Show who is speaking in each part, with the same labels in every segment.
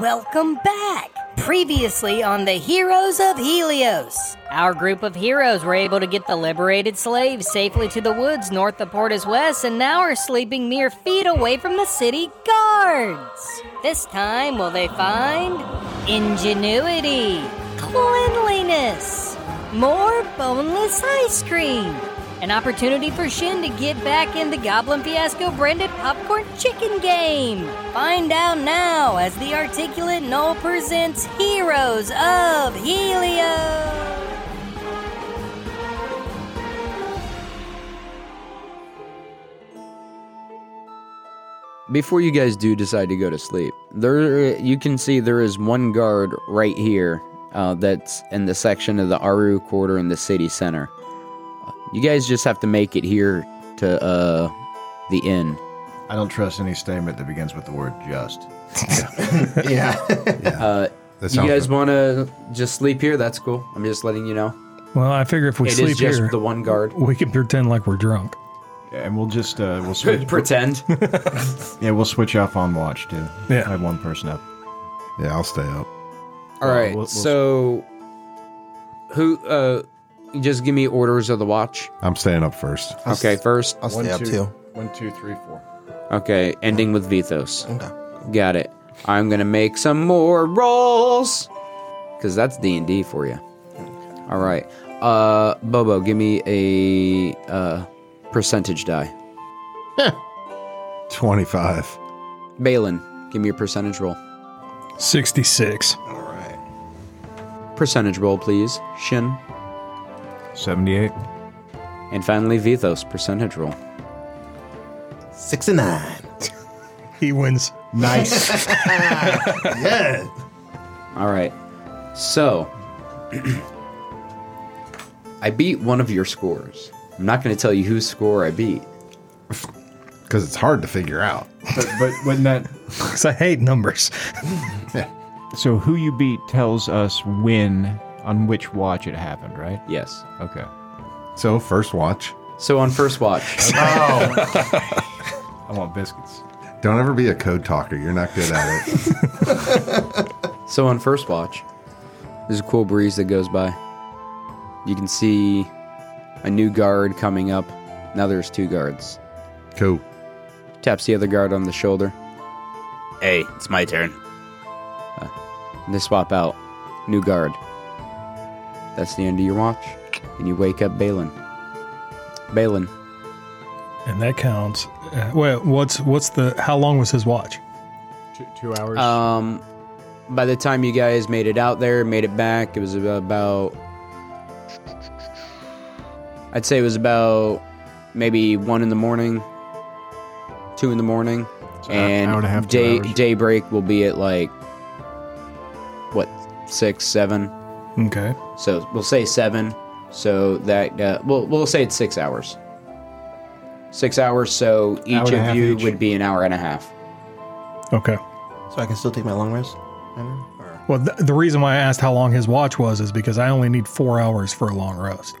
Speaker 1: Welcome back! Previously on the Heroes of Helios, our group of heroes were able to get the liberated slaves safely to the woods north of Portus West and now are sleeping mere feet away from the city guards. This time, will they find ingenuity, cleanliness, more boneless ice cream, an opportunity for Shin to get back in the Goblin Fiasco branded popcorn chicken game. Find out now as the Articulate Knoll presents Heroes of Helios.
Speaker 2: Before you guys do decide to go to sleep, there you can see there is one guard right here uh, that's in the section of the Aru quarter in the city center. You guys just have to make it here to uh, the inn.
Speaker 3: I don't trust any statement that begins with the word just. yeah.
Speaker 4: That
Speaker 2: Uh, You
Speaker 4: sounds
Speaker 2: guys
Speaker 4: good.
Speaker 2: want to just sleep here? That's cool. I'm just letting you know.
Speaker 5: Well, I figure if we
Speaker 2: It is
Speaker 5: sleep
Speaker 2: just
Speaker 5: here,
Speaker 2: the one guard.
Speaker 5: we can pretend like we're drunk.
Speaker 3: And we'll just uh, we'll switch.
Speaker 2: Pretend.
Speaker 3: Yeah, we'll switch off on watch too.
Speaker 5: Yeah.
Speaker 3: have one person up.
Speaker 4: yeah, I'll stay up.
Speaker 2: All right.
Speaker 3: we'll- we'll-
Speaker 2: so, who? Uh, just give me orders of the watch.
Speaker 4: I'm staying up first.
Speaker 2: Okay, first.
Speaker 6: I'll stay
Speaker 3: One,
Speaker 6: up
Speaker 3: two.
Speaker 6: too.
Speaker 3: One, two, three, four.
Speaker 2: Okay, ending with Vithos.
Speaker 6: Okay.
Speaker 2: Got it. I'm gonna make some more rolls, cause that's D and D for you. All right, uh, Bobo, give me a uh, percentage die.
Speaker 4: 25.
Speaker 2: Balin, give me a percentage roll.
Speaker 5: 66.
Speaker 6: All right.
Speaker 2: Percentage roll, please. Shin,
Speaker 3: Seventy-eight.
Speaker 2: and finally Vithos percentage roll.
Speaker 6: Six and nine.
Speaker 5: He wins.
Speaker 3: Nice.
Speaker 6: Yeah.
Speaker 2: All right. So, I beat one of your scores. I'm not going to tell you whose score I beat.
Speaker 4: Because it's hard to figure out.
Speaker 3: but, but when that,
Speaker 5: 'Cause I hate numbers.
Speaker 3: so who you beat tells us when on which watch it happened, right?
Speaker 2: Yes.
Speaker 3: Okay.
Speaker 4: So, first watch.
Speaker 2: So on first watch,
Speaker 3: Oh. I want biscuits.
Speaker 4: Don't ever be a code talker. You're not good at it.
Speaker 2: so on first watch, there's a cool breeze that goes by. You can see a new guard coming up. Now there's two guards.
Speaker 4: cool.
Speaker 2: Taps the other guard on the shoulder. Hey, it's my turn. Uh, they swap out. New guard. That's the end of your watch. And you wake up Balin. Balin,
Speaker 5: And that counts. Uh, well, what's what's the how long was his watch?
Speaker 3: Two, two hours.
Speaker 2: um, by the time you guys made it out there, made it back, it was about. I'd say it was about maybe one in the morning, two in the morning,
Speaker 3: an hour-
Speaker 2: and
Speaker 3: hour and a half, two
Speaker 2: day
Speaker 3: hours.
Speaker 2: daybreak will be at like what six, seven.
Speaker 5: Okay.
Speaker 2: So we'll say seven. So that uh, we'll we'll say it's six hours. Six hours. So
Speaker 3: Hour
Speaker 2: each
Speaker 3: and a
Speaker 2: of
Speaker 3: half
Speaker 2: you
Speaker 3: each.
Speaker 2: would be an hour and a half.
Speaker 5: Okay.
Speaker 6: So I can still take my long rest. right now? Or-
Speaker 5: Well, th- the reason why I asked how long his watch was is because I only need four hours for a long rest.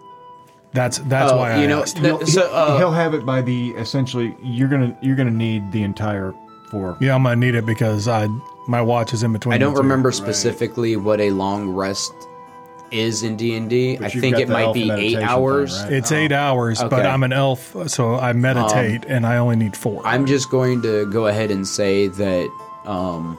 Speaker 5: That's that's
Speaker 2: Oh,
Speaker 5: why I
Speaker 2: you know,
Speaker 5: asked.
Speaker 2: th- so, uh,
Speaker 3: he'll have it by the essentially. You're gonna you're gonna need the entire four.
Speaker 5: yeah, I'm gonna need it because I my watch is in between.
Speaker 2: I don't
Speaker 5: the two.
Speaker 2: remember specifically what a long rest is in D and I
Speaker 3: But you've
Speaker 2: think
Speaker 3: got
Speaker 2: it
Speaker 3: the
Speaker 2: might
Speaker 3: elf
Speaker 2: be eight
Speaker 3: meditation thing,
Speaker 2: hours. Oh.
Speaker 3: right?
Speaker 5: It's eight hours, but
Speaker 2: Okay. Um,
Speaker 5: I'm an elf, so I meditate, and I only need four.
Speaker 2: I'm just going to go ahead and say that. Um,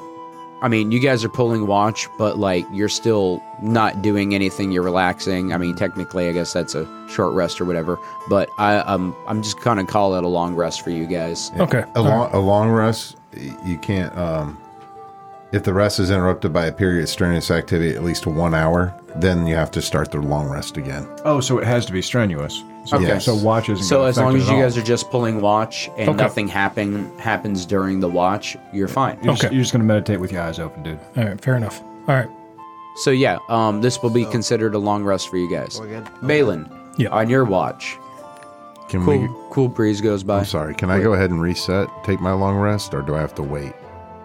Speaker 2: I mean, you guys are pulling watch, but like you're still not doing anything. You're relaxing. I mean, technically, I guess that's a short rest or whatever. But I, um, I'm just kind of call it a long rest for you guys.
Speaker 5: okay.
Speaker 4: A, long, a long rest, y- you can't. Um, if the rest is interrupted by a period of strenuous activity at least one hour, then you have to start the long rest again.
Speaker 3: Oh, so it has to be strenuous. So,
Speaker 2: Okay.
Speaker 3: So watch isn't.
Speaker 2: So
Speaker 3: gonna
Speaker 2: as
Speaker 3: affect
Speaker 2: long
Speaker 3: it
Speaker 2: as
Speaker 3: at
Speaker 2: you
Speaker 3: all.
Speaker 2: guys are just pulling watch and
Speaker 5: Okay.
Speaker 2: nothing happen happens during the watch, you're fine.
Speaker 3: You're, just,
Speaker 5: Okay.
Speaker 3: you're just gonna meditate with your eyes open, dude.
Speaker 5: All right. Fair enough. All right.
Speaker 2: So yeah, um, this will be considered a long rest for you guys.
Speaker 6: We're good?
Speaker 2: Balin,
Speaker 5: Yeah.
Speaker 2: on your watch,
Speaker 4: Can we?
Speaker 2: cool, cool breeze goes by.
Speaker 4: I'm sorry. Can I go ahead and reset, take my long rest, or do I have to wait?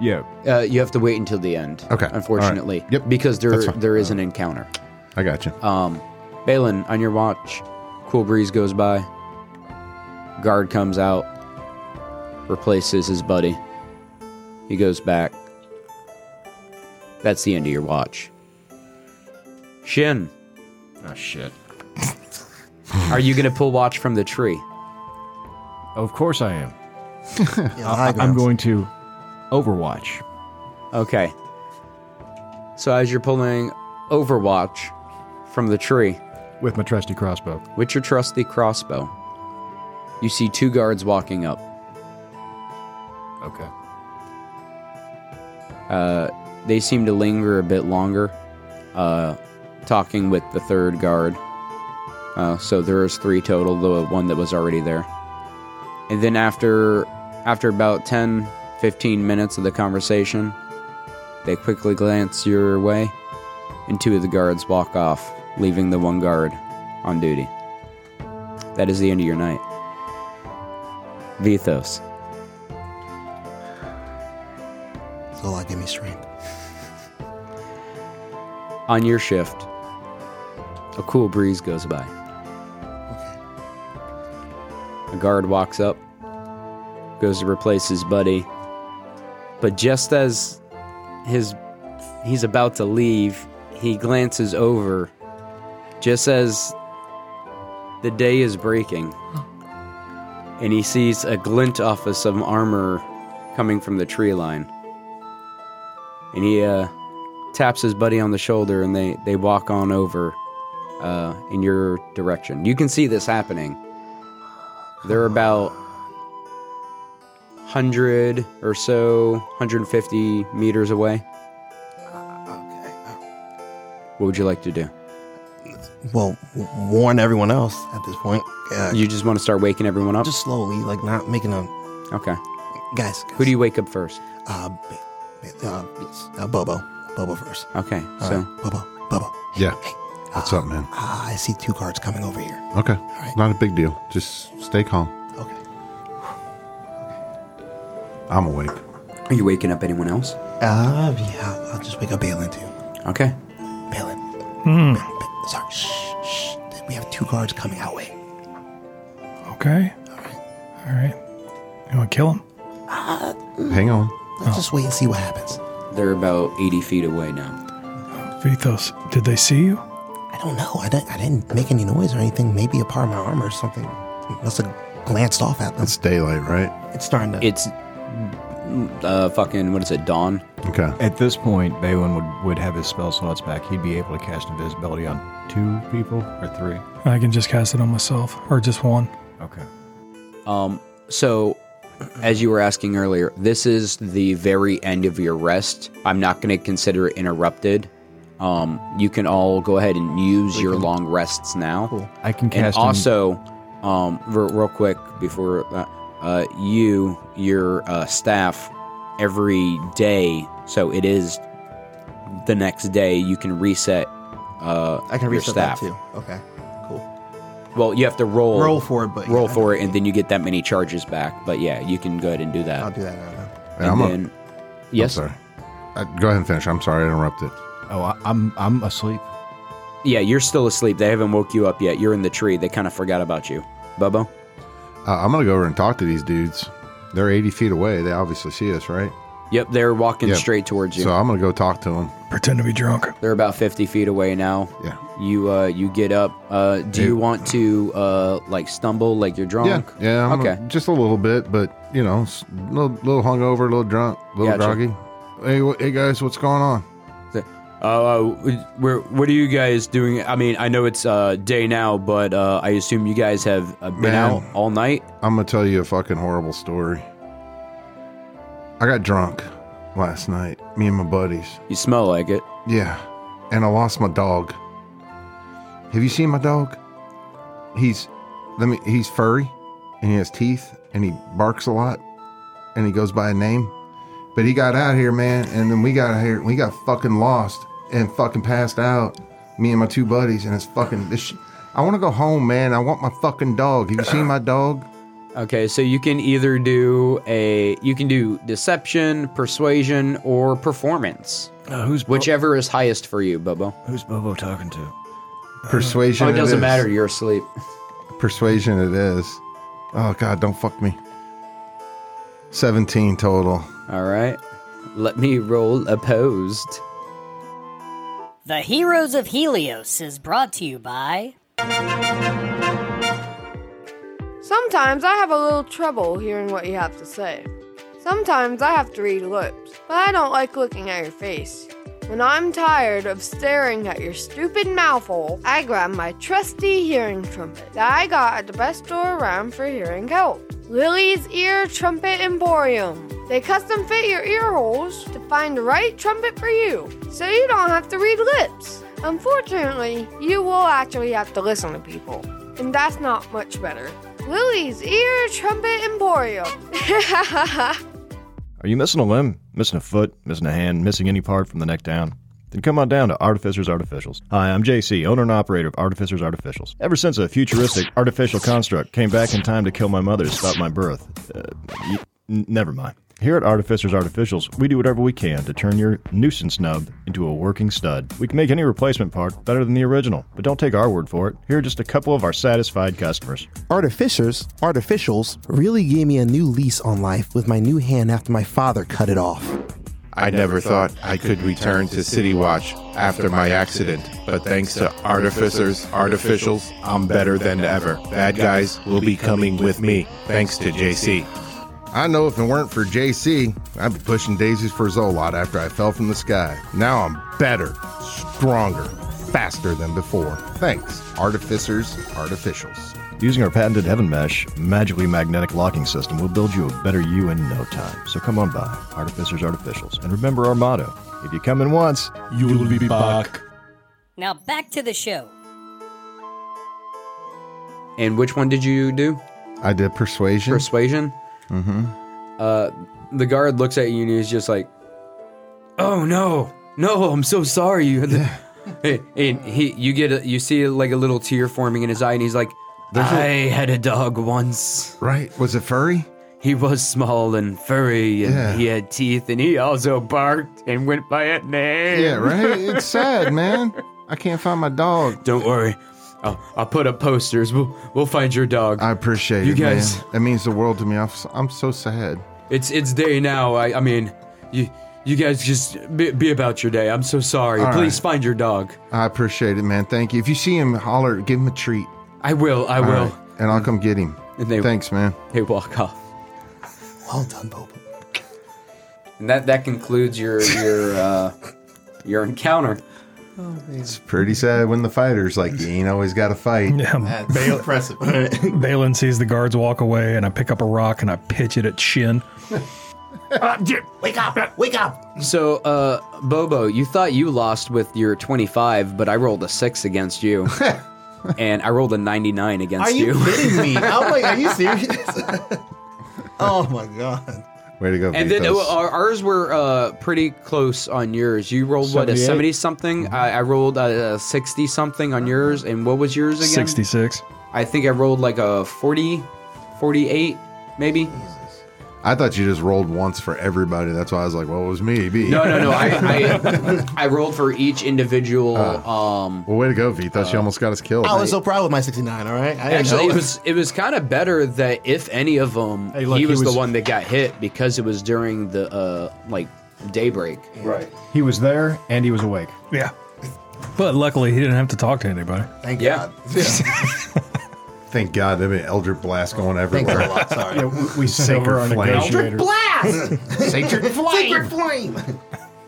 Speaker 3: Yeah.
Speaker 2: Uh, you have to wait until the end.
Speaker 4: Okay.
Speaker 2: Unfortunately.
Speaker 4: All right. Yep.
Speaker 2: Because there
Speaker 4: That's fine.
Speaker 2: there is an encounter.
Speaker 4: I got you.
Speaker 2: Um, Balin, on your watch, cool breeze goes by. Guard comes out, replaces his buddy. He goes back. That's the end of your watch. Shin,
Speaker 7: Oh shit.
Speaker 2: are you going to pull watch from the tree?
Speaker 7: Of course I am.
Speaker 6: Yeah, high
Speaker 3: I'm
Speaker 6: grounds.
Speaker 3: going to Overwatch.
Speaker 2: Okay. So as you're pulling Overwatch from the tree
Speaker 7: With my trusty crossbow.
Speaker 2: with your trusty crossbow, you see two guards walking up.
Speaker 7: Okay.
Speaker 2: Uh, They seem to linger a bit longer, uh, talking with the third guard. Uh, so there is three total, the one that was already there. And then after after about 10, 15 minutes of the conversation, they quickly glance your way, and two of the guards walk off, leaving the one guard on duty. That is the end of your night. Vithos.
Speaker 6: Zola, give me strength.
Speaker 2: On your shift, a cool breeze goes by.
Speaker 6: Okay.
Speaker 2: A guard walks up, goes to replace his buddy, but just as his he's about to leave, he glances over just as the day is breaking. And he sees a glint off of some armor coming from the tree line. And he uh, taps his buddy on the shoulder and they, they walk on over uh, in your direction. You can see this happening. They're about 100 or so, 150 meters away.
Speaker 6: Okay.
Speaker 2: What would you like to do?
Speaker 6: Well, w- warn everyone else at this point. Uh,
Speaker 2: You just want to start waking everyone up?
Speaker 6: just slowly, like not making a
Speaker 2: Okay.
Speaker 6: guys.
Speaker 2: Who do you wake up first?
Speaker 6: Uh, ba- ba- uh, it's, uh, Bobo. Bobo first.
Speaker 2: Okay.
Speaker 6: All
Speaker 2: So,
Speaker 6: right, Bobo, Bobo.
Speaker 4: Yeah.
Speaker 6: Hey,
Speaker 4: What's
Speaker 6: uh,
Speaker 4: up, man?
Speaker 6: Uh, I see two guards coming over here.
Speaker 4: Okay.
Speaker 6: right.
Speaker 4: Not a big deal. Just stay calm.
Speaker 6: Okay.
Speaker 4: I'm awake.
Speaker 2: are you waking up anyone else?
Speaker 6: Uh, yeah, I'll just wake up Balin too.
Speaker 2: Okay.
Speaker 6: Balin.
Speaker 5: Hmm.
Speaker 6: Ba- ba- sorry. Shh, shh. We have two guards coming our way.
Speaker 5: Okay. All right. You want to kill him?
Speaker 4: Hang on.
Speaker 6: Let's just wait and see what happens.
Speaker 2: They're about 80 feet away now.
Speaker 5: Vithos, did they see you?
Speaker 6: I don't know. I didn't, I didn't make any noise or anything. Maybe a part of my armor or something must have glanced off at them.
Speaker 4: It's daylight, right?
Speaker 6: It's starting to.
Speaker 2: It's uh, fucking, what is it, dawn?
Speaker 4: Okay.
Speaker 7: At this point, Balin would, would have his spell slots back. He'd be able to cast invisibility on two people or three.
Speaker 5: I can just cast it on myself, or just one.
Speaker 7: Okay.
Speaker 2: Um, so, as you were asking earlier, this is the very end of your rest. I'm not going to consider it interrupted. Um, you can all go ahead and use your long rests now.
Speaker 7: I can
Speaker 2: And
Speaker 7: cast. in-
Speaker 2: also, um, re- real quick before uh, uh, you, your uh, staff, every day. So it is the next day. You can reset. Uh,
Speaker 6: I can
Speaker 2: your
Speaker 6: reset that
Speaker 2: staff.
Speaker 6: too. Okay. Cool.
Speaker 2: Well, you have to roll
Speaker 6: Roll for it, but
Speaker 2: roll
Speaker 6: yeah, I
Speaker 2: for
Speaker 6: know.
Speaker 2: it, and then you get that many charges back. But yeah, you can go ahead and do that.
Speaker 6: I'll do that now. then.
Speaker 4: And
Speaker 2: and
Speaker 4: I'm, a-
Speaker 2: then,
Speaker 4: I'm
Speaker 2: yes,
Speaker 4: sorry. Uh, go ahead and finish. I'm sorry I interrupted.
Speaker 7: Oh, I, I'm I'm asleep.
Speaker 2: yeah, you're still asleep. They haven't woke you up yet. You're in the tree. They kind of forgot about you, Bubbo.
Speaker 4: Uh, I'm going to go over and talk to these dudes. They're 80 feet away. They obviously see us, right?
Speaker 2: Yep, they're walking
Speaker 4: Yeah.
Speaker 2: straight towards you.
Speaker 4: So I'm going to go talk to them.
Speaker 5: Pretend to be drunk.
Speaker 2: they're about fifty feet away now.
Speaker 4: Yeah.
Speaker 2: You uh, you get up. Uh, do you want to uh, like stumble like you're drunk?
Speaker 4: Yeah. Yeah. I'm
Speaker 2: okay.
Speaker 4: A, just a little bit, but, you know, s- little, little hungover, a little drunk, a little
Speaker 2: Gotcha.
Speaker 4: groggy. Hey, wh- hey, guys, what's going on?
Speaker 2: Uh, where what are you guys doing? I mean, I know it's uh, day now, but uh, I assume you guys have uh, been
Speaker 4: Man.
Speaker 2: out all night.
Speaker 4: I'm gonna tell you a fucking horrible story. I got drunk last night, me and my buddies.
Speaker 2: You smell like it.
Speaker 4: Yeah, and I lost my dog. Have you seen my dog? He's let me he's furry and he has teeth and he barks a lot and he goes by a name. But he got out here, man, and then we got out here we got fucking lost and fucking passed out. Me and my two buddies and it's fucking this sh- I want to go home, man. I want my fucking dog. Have you seen my dog?
Speaker 2: Okay, so you can either do a you can do deception, persuasion, or performance,
Speaker 7: Uh, who's Bo-
Speaker 2: whichever is highest for you, Bubbo.
Speaker 7: Who's Bobo talking to?
Speaker 4: Persuasion.
Speaker 2: Oh, it doesn't
Speaker 4: is.
Speaker 2: matter. You're asleep.
Speaker 4: Persuasion it is. Oh god, don't fuck me. 17 total.
Speaker 2: All right. Let me roll opposed.
Speaker 1: The Heroes of Helios is brought to you by.
Speaker 8: Sometimes I have a little trouble hearing what you have to say. Sometimes I have to read lips, but I don't like looking at your face. When I'm tired of staring at your stupid mouthful, I grab my trusty hearing trumpet that I got at the best store around for hearing help. Lily's Ear Trumpet Emporium. They custom fit your ear holes to find the right trumpet for you, so you don't have to read lips. Unfortunately, you will actually have to listen to people, and that's not much better. Lily's Ear Trumpet Emporium.
Speaker 7: Are you missing a limb, missing a foot, missing a hand, missing any part from the neck down? Then come on down to Artificers Artificials. Hi, I'm JC, owner and operator of Artificers Artificials. Ever since a futuristic artificial construct came back in time to kill my mother to stop my birth, uh, y- n- never mind. Here at Artificers Artificials, we do whatever we can to turn your nuisance nub into a working stud. We can make any replacement part better than the original, but don't take our word for it. Here are just a couple of our satisfied customers.
Speaker 6: Artificers, artificials, really gave me a new lease on life with my new hand after my father cut it off.
Speaker 9: I never thought I could return to City Watch after my accident, but thanks to Artificers, Artificials, I'm better than ever. Bad guys will be coming with me, thanks to JC.
Speaker 4: I know if it weren't for JC, I'd be pushing daisies for Zolot after I fell from the sky. Now I'm better, stronger, faster than before. Thanks, artificers, artificials.
Speaker 7: Using our patented Heaven Mesh magically magnetic locking system will build you a better you in no time. So come on by, Artificers Artificials, and remember our motto if you come in once,
Speaker 5: You'll be back.
Speaker 1: Now back to the show.
Speaker 2: And which one did you do?
Speaker 4: I did persuasion.
Speaker 2: Persuasion. Mm-hmm. Uh, the guard looks at you and he's just like, "Oh no, no, I'm so sorry." You. and he, you get, a, you see like a little tear forming in his eye, and he's like,
Speaker 4: There's a-
Speaker 2: "I had a dog once.
Speaker 4: right? Was it furry?
Speaker 2: He was small and furry, and
Speaker 4: Yeah.
Speaker 2: he had teeth, and he also barked and went by a name."
Speaker 4: Yeah, right? it's sad, man. I can't find my dog.
Speaker 2: Don't worry, I'll, I'll put up posters. We'll we'll find your dog.
Speaker 4: I appreciate
Speaker 2: You
Speaker 4: it, man.
Speaker 2: guys-
Speaker 4: That means the world to me. I'm s- I'm so sad.
Speaker 2: It's it's day now. I I mean, you you guys just be, be about your day. I'm so sorry.
Speaker 4: All
Speaker 2: Please
Speaker 4: right.
Speaker 2: find your dog.
Speaker 4: I appreciate it, man. Thank you. If you see him, holler, give him a treat.
Speaker 2: I will. I will.
Speaker 4: All right, and I'll come get him.
Speaker 2: And they-
Speaker 4: Thanks, man.
Speaker 2: They walk off.
Speaker 6: Well done, Bobo.
Speaker 2: And that that concludes your your uh, your encounter.
Speaker 4: It's pretty sad when the fighter's like, you ain't always got to fight.
Speaker 5: Yeah, Bal-
Speaker 9: impressive.
Speaker 5: Balin sees the guards walk away, and I pick up a rock and I pitch it at Shin.
Speaker 2: Ah,
Speaker 9: wake up! Wake up!
Speaker 2: So, uh, Bobo, you thought you lost with your 25, but I rolled a six against you, and I rolled a 99 against
Speaker 9: kidding me? I'm like, are you serious?
Speaker 6: Oh my god.
Speaker 4: Way to go,
Speaker 2: And then uh,
Speaker 4: Vitos.
Speaker 2: our- ours were uh, pretty close on yours. You rolled what a
Speaker 7: 78?
Speaker 2: seventy something. I, I rolled a sixty something on yours. And what was yours again?
Speaker 5: 66.
Speaker 2: I think I rolled like a 40, 48 maybe. uh,
Speaker 4: I thought you just rolled once for everybody. That's why I was like, well, it was me. B.
Speaker 2: No, no, no. I, I I rolled for each individual. um,
Speaker 4: Well, way to go, Vitos. Ah. you almost got us killed.
Speaker 6: I was so proud with my 69, all right? I didn't
Speaker 2: actually,
Speaker 6: know
Speaker 2: it was it was kind of better that if any of them,
Speaker 7: Hey, look,
Speaker 2: he,
Speaker 7: he
Speaker 2: was the
Speaker 7: was-
Speaker 2: one that got hit because it was during the uh, like daybreak.
Speaker 4: right.
Speaker 7: he was there and he was awake.
Speaker 5: Yeah. But luckily, he didn't have to talk to anybody.
Speaker 6: Thank
Speaker 2: Yeah.
Speaker 6: God. Yeah.
Speaker 4: Thank God. There'd be an Elder Blast going
Speaker 6: Thank you a
Speaker 4: everywhere.
Speaker 6: lot. Sorry.
Speaker 7: Yeah, we, we sent
Speaker 4: Sacred
Speaker 7: over our
Speaker 4: flame.
Speaker 7: negotiator.
Speaker 6: Sacred flame. Sacred flame.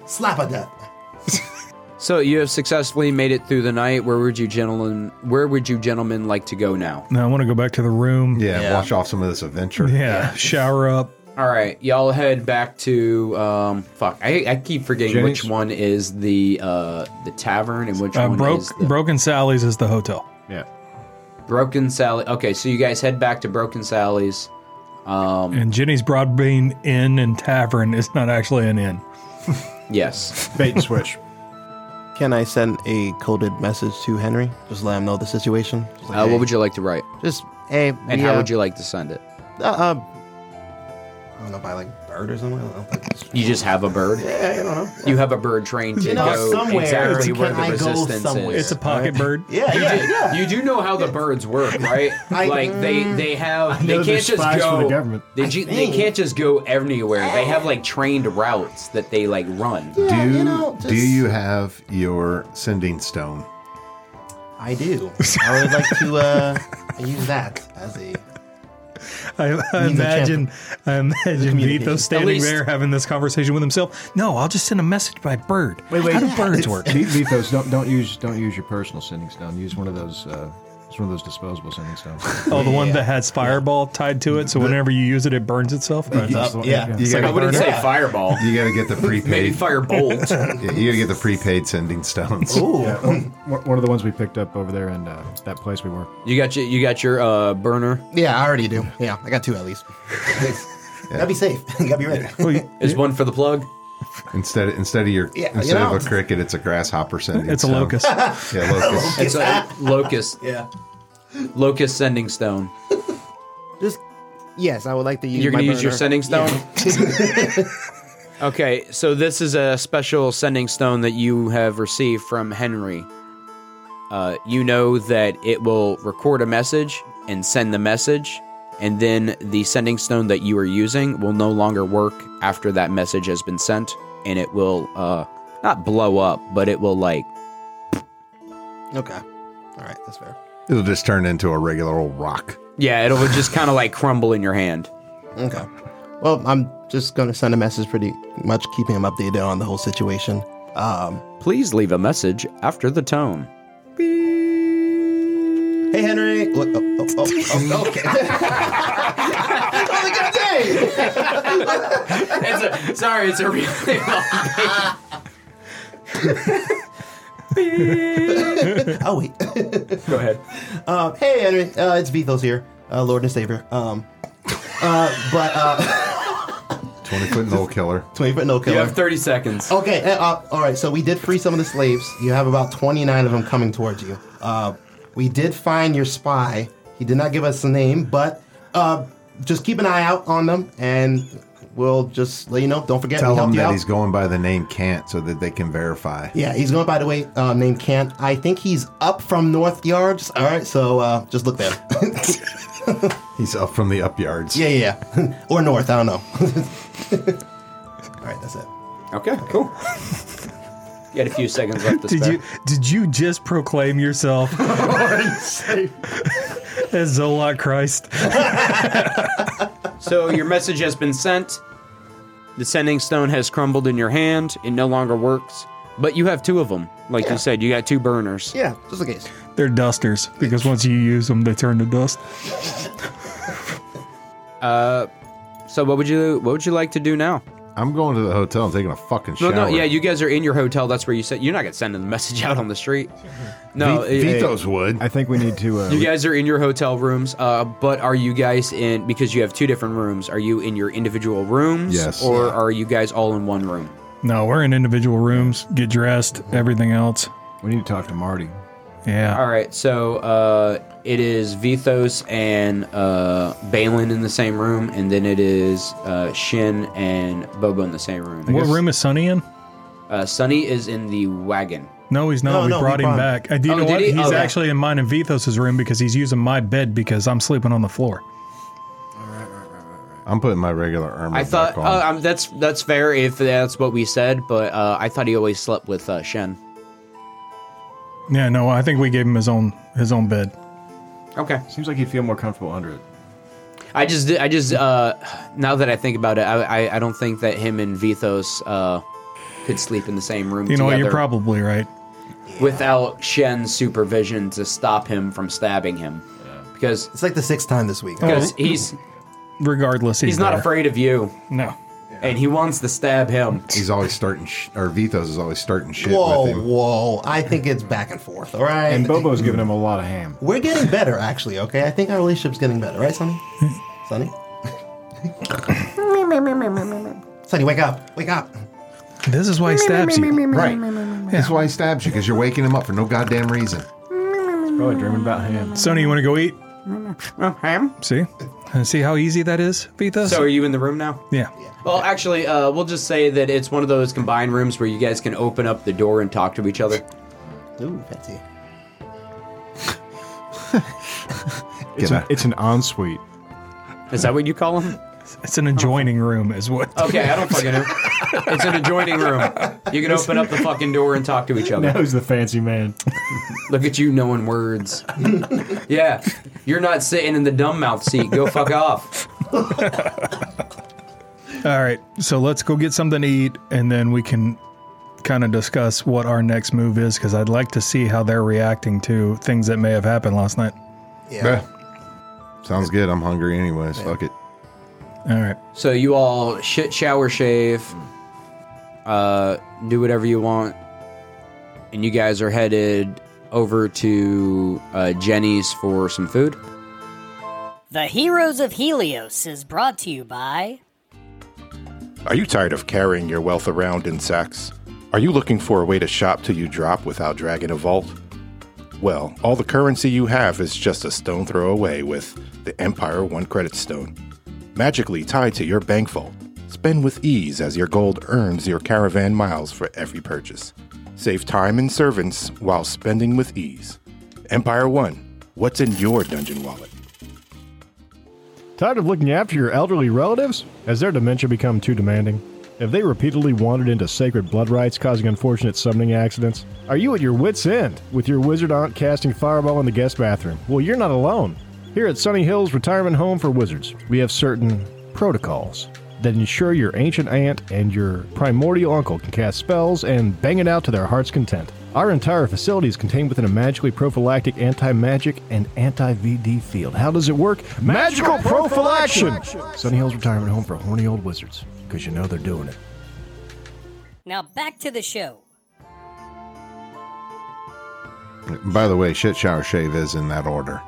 Speaker 6: Slap a that.
Speaker 2: So you have successfully made it through the night. Where would you gentlemen? Where would you gentlemen like to go now?
Speaker 5: Now I want to go back to the room.
Speaker 4: yeah,
Speaker 6: Yeah.
Speaker 4: wash off some of this adventure.
Speaker 5: Yeah. Shower up.
Speaker 2: All right, y'all head back to um fuck. I, I keep forgetting
Speaker 7: Jennings?
Speaker 2: which one is the uh the tavern and which
Speaker 5: Uh,
Speaker 2: one
Speaker 5: broke,
Speaker 2: is the
Speaker 5: Broken Sally's is the hotel.
Speaker 7: Yeah.
Speaker 2: Broken Sally. Okay, so you guys head back to Broken Sally's. Um,
Speaker 5: And Jenny's Broadbean Inn and Tavern is not actually an inn.
Speaker 2: Yes.
Speaker 7: Bait and switch.
Speaker 6: Can I send a coded message to Henry? Just let him know the situation. Just, like,
Speaker 2: Uh,
Speaker 6: hey,
Speaker 2: what would you like to write,
Speaker 6: just hey,
Speaker 2: and
Speaker 6: we,
Speaker 2: how
Speaker 6: uh,
Speaker 2: would you like to send it?
Speaker 6: Uh, uh, I don't know if I like
Speaker 10: bird or something. I'll put this-
Speaker 2: You just have a bird.
Speaker 10: Yeah, I don't know.
Speaker 2: You have a bird trained to
Speaker 10: You know,
Speaker 2: go
Speaker 10: somewhere.
Speaker 2: exactly
Speaker 10: Can
Speaker 2: where the
Speaker 10: I go
Speaker 2: resistance
Speaker 10: somewhere?
Speaker 2: is.
Speaker 5: It's a pocket bird.
Speaker 10: Yeah, yeah, yeah.
Speaker 2: You do know how the birds work, right?
Speaker 10: I-
Speaker 2: like they they have
Speaker 10: know they're
Speaker 2: they can't just
Speaker 10: spies
Speaker 2: go.
Speaker 10: for the government.
Speaker 2: They,
Speaker 10: I
Speaker 2: ju- they
Speaker 10: think.
Speaker 2: can't just go anywhere. They have like trained routes that they like run.
Speaker 10: Yeah,
Speaker 4: Do
Speaker 10: you know,
Speaker 4: do
Speaker 10: just-
Speaker 4: you have your sending stone?
Speaker 10: I do. I would like to uh, use that as a.
Speaker 5: I, I
Speaker 10: He's a
Speaker 5: imagine, I imagine
Speaker 10: communication.
Speaker 5: Vito standing
Speaker 2: least-
Speaker 5: there having this conversation with himself. No, I'll just send a message by bird.
Speaker 10: Wait, wait.
Speaker 5: How do birds work?
Speaker 3: Be- Bethos, don't don't use don't use your personal sending stone. Use one of those uh, use one of those disposable sending stones.
Speaker 5: Oh, the one that has fireball tied to it, so whenever you use it, it burns itself.
Speaker 10: up, yeah.
Speaker 4: You
Speaker 2: I
Speaker 4: gotta,
Speaker 2: wouldn't say
Speaker 10: Yeah.
Speaker 2: fireball.
Speaker 4: you gotta get the
Speaker 2: Maybe
Speaker 4: prepaid.
Speaker 2: firebolt.
Speaker 4: you gotta get the prepaid sending stones.
Speaker 10: Ooh.
Speaker 3: one one of the ones we picked up over there in uh, that place we were.
Speaker 2: you got your you got your uh, burner.
Speaker 6: Yeah, I already do. Yeah, I got two at least.
Speaker 10: Gotta be safe. Gotta be ready.
Speaker 2: Is one for the plug?
Speaker 4: Instead, instead of your
Speaker 10: Yeah, you
Speaker 4: instead
Speaker 10: know.
Speaker 4: of a cricket, it's a grasshopper sending.
Speaker 5: It's a
Speaker 4: stone.
Speaker 5: locust.
Speaker 4: Yeah, locust.
Speaker 2: It's a locust
Speaker 10: yeah.
Speaker 2: locust sending stone.
Speaker 6: Just yes, I would like to use.
Speaker 2: You're
Speaker 6: my
Speaker 2: gonna use your
Speaker 6: burner.
Speaker 2: sending stone. okay, so this is a special sending stone that you have received from Henry. Uh, you know that it will record a message and send the message, and then the sending stone that you are using will no longer work after that message has been sent, and it will uh, not blow up, but it will like
Speaker 6: Okay, all right, that's fair.
Speaker 4: It'll just turn into a regular old rock.
Speaker 2: yeah, it'll just kind of like crumble in your hand.
Speaker 6: Okay. Well, I'm just gonna send a message, pretty much keeping him updated on the whole situation. Um,
Speaker 2: Please leave a message after the tone.
Speaker 6: hey Henry. Look, oh, oh, oh, oh, okay. Only got day.
Speaker 2: It's a, sorry, it's a really long
Speaker 6: Oh wait.
Speaker 2: Go ahead.
Speaker 6: Um, hey Henry, uh, it's Vethos here, uh, Lord and Savior. Um, uh, but uh,
Speaker 4: Twenty foot no killer.
Speaker 6: twenty foot no
Speaker 2: You
Speaker 6: killer.
Speaker 2: have 30 seconds.
Speaker 6: Okay, uh, uh, all right. So we did free some of the slaves. You have about 29 of them coming towards you. Uh, we did find your spy. He did not give us a name, but uh, just keep an eye out on them, and we'll just let you know. Don't forget,
Speaker 4: Tell
Speaker 6: we
Speaker 4: him
Speaker 6: helped you
Speaker 4: that
Speaker 6: out.
Speaker 4: he's going by the name Kant so that they can verify.
Speaker 6: yeah, he's going by the way uh, named Kant. I think he's up from North Yards. All right, so uh, just look there.
Speaker 4: He's up from the up yards.
Speaker 6: yeah, yeah, yeah. or North. I don't know. all right, that's it.
Speaker 2: Okay, cool. you had a few seconds left to
Speaker 5: Did
Speaker 2: spare.
Speaker 5: you did you just proclaim yourself as Zolot Christ?
Speaker 2: So your message has been sent. The sending stone has crumbled in your hand. It no longer works. But you have two of them. Like you said, you got two burners.
Speaker 6: Yeah, just in case.
Speaker 5: They're dusters because once you use them, they turn to dust.
Speaker 2: Uh, So what would you what would you like to do now?
Speaker 4: I'm going to the hotel and taking a fucking
Speaker 2: No,
Speaker 4: shower.
Speaker 2: no, yeah, you guys are in your hotel. That's where you said you're not gonna send the message out on the street. No, it-
Speaker 4: Vito's would.
Speaker 3: I think we need to. Uh,
Speaker 2: You guys are in your hotel rooms, uh, but are you guys in because you have two different rooms? Are you in your individual rooms,
Speaker 4: Yes.
Speaker 2: or are you guys all in one room?
Speaker 5: No, we're in individual rooms. Get dressed. Everything else.
Speaker 3: we need to talk to Marty.
Speaker 5: Yeah.
Speaker 2: All right, so uh, it is Vithos and uh, Balin in the same room, and then it is uh, Shin and Bogo in the same room.
Speaker 5: What room is Sunny in?
Speaker 2: Uh, Sunny is in the wagon.
Speaker 5: No, he's not.
Speaker 6: No,
Speaker 5: we
Speaker 6: no, we
Speaker 5: brought him
Speaker 6: brought him.
Speaker 5: back. Uh, do you
Speaker 2: Oh,
Speaker 5: know
Speaker 2: did
Speaker 5: what?
Speaker 2: he?
Speaker 5: He's
Speaker 2: Oh, yeah.
Speaker 5: actually in mine and Vethos's room because he's using my bed because I'm sleeping on the floor.
Speaker 4: I'm putting my regular armor
Speaker 2: I thought
Speaker 4: back on.
Speaker 2: uh, um, that's that's fair if that's what we said, but uh, I thought he always slept with uh, Shin.
Speaker 5: Yeah, no, I think we gave him his own his own bed.
Speaker 2: Okay.
Speaker 3: Seems like he'd feel more comfortable under it.
Speaker 2: I just, I just, uh, now that I think about it, I, I, I don't think that him and Vithos, uh, could sleep in the same room
Speaker 5: You know what? You're
Speaker 2: together
Speaker 5: probably right.
Speaker 2: without Shen's supervision to stop him from stabbing him. Because,
Speaker 6: It's like the sixth time this week.
Speaker 2: because he's,
Speaker 5: Regardless, he's,
Speaker 2: Oh. he's not
Speaker 5: there.
Speaker 2: afraid of you
Speaker 5: No.
Speaker 2: and he wants to stab him.
Speaker 4: He's always starting, sh- or Vito's is always starting shit
Speaker 6: Whoa,
Speaker 4: with him.
Speaker 6: whoa! I think it's back and forth. All right,
Speaker 3: And Bobo's giving him a lot of ham.
Speaker 6: We're getting better, actually, okay? I think our relationship's getting better, right, Sonny? Sonny? Sonny, wake up. Wake up.
Speaker 5: This is why he stabs you.
Speaker 4: Right. That's why he stabs you, because you're waking him up for no goddamn reason.
Speaker 3: Probably dreaming about ham.
Speaker 5: Sonny, you want to go eat? See? See how easy that is, Vita?
Speaker 2: So are you in the room now?
Speaker 5: yeah.
Speaker 2: Well, actually, uh, we'll just say that it's one of those combined rooms where you guys can open up the door and talk to each other.
Speaker 6: Ooh, fancy.
Speaker 5: Get
Speaker 7: It's, an, it's an ensuite.
Speaker 2: Is that what you call them?
Speaker 5: It's an adjoining room, is what.
Speaker 2: Okay, I don't fucking know. It's an adjoining room. You can open up the fucking door and talk to each other.
Speaker 7: Now he's the fancy man.
Speaker 2: Look at you knowing words. yeah, you're not sitting in the dumb mouth seat. Go fuck off.
Speaker 5: All right, so let's go get something to eat, and then we can kind of discuss what our next move is because I'd like to see how they're reacting to things that may have happened last night.
Speaker 4: Yeah. Sounds good. I'm hungry anyways. Fuck it.
Speaker 5: All right.
Speaker 2: So you all shit, shower, shave, uh, do whatever you want, and you guys are headed over to uh, Jenny's for some food.
Speaker 3: The Heroes of Helios is brought to you by
Speaker 9: Are you tired of carrying your wealth around in sacks? Are you looking for a way to shop till you drop without dragging a vault? Well, all the currency you have is just a stone throw away with the Empire One Credit Stone. Magically tied to your bank vault, spend with ease as your gold earns your caravan miles for every purchase. Save time and servants while spending with ease. Empire One, what's in your dungeon wallet?
Speaker 7: Tired of looking after your elderly relatives? Has their dementia become too demanding? Have they repeatedly wandered into sacred blood rites, causing unfortunate summoning accidents? Are you at your wits' end with your wizard aunt casting fireball in the guest bathroom? Well, you're not alone. Here at Sunny Hills Retirement Home for Wizards, we have certain protocols that ensure your ancient aunt and your primordial uncle can cast spells and bang it out to their heart's content. Our entire facility is contained within a magically prophylactic anti-magic and anti-VD field. How does it work? Magical prophylaction! Sunny Hills Retirement Home for horny old wizards, because you know they're doing it.
Speaker 3: Now back to the show.
Speaker 4: By the way, shit shower shave is in that order.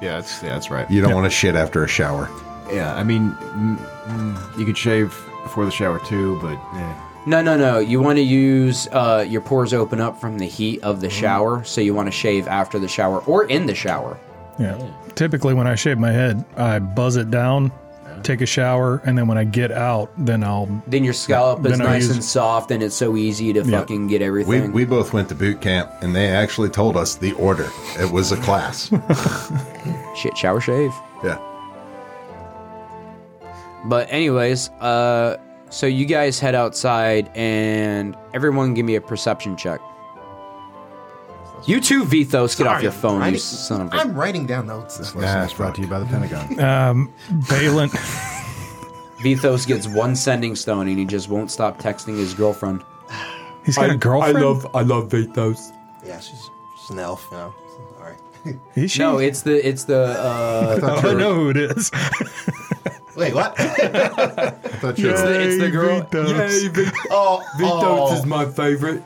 Speaker 11: Yeah, that's yeah, that's right.
Speaker 4: You don't want to shit after a shower.
Speaker 11: Yeah, I mean, mm, mm, you could shave before the shower too, but eh.
Speaker 2: No, no, no. You want to use uh, your pores open up from the heat of the shower, so you want to shave after the shower or in the shower.
Speaker 5: Yeah. Typically, when I shave my head, I buzz it down, take a shower, and then when I get out, then I'll.
Speaker 2: Then your scalp is
Speaker 5: Then I
Speaker 2: nice
Speaker 5: use-
Speaker 2: and soft, and it's so easy to
Speaker 5: Yeah.
Speaker 2: fucking get
Speaker 4: We,
Speaker 2: everything.
Speaker 4: we both went to boot camp and they actually told us the order. It was a class.
Speaker 2: Shit, shower, shave.
Speaker 4: Yeah.
Speaker 2: But anyways, uh, so you guys head outside, and everyone give me a perception check. You too, Vithos. Get off your phone, you son of a.
Speaker 6: I'm writing down notes. This
Speaker 7: That's brought to you by the Pentagon.
Speaker 5: Um, Balin.
Speaker 2: Vithos gets one sending stone, and he just won't stop texting his girlfriend.
Speaker 5: He's got a girlfriend.
Speaker 2: I love Vithos.
Speaker 6: Yeah, she's, she's an elf, you know. All right.
Speaker 5: Is she?
Speaker 2: No, it's the it's the. Uh,
Speaker 5: I know who it is.
Speaker 6: Wait, what?
Speaker 2: it's the it's the girl.
Speaker 5: Vithos.
Speaker 6: oh, oh.
Speaker 2: my favorite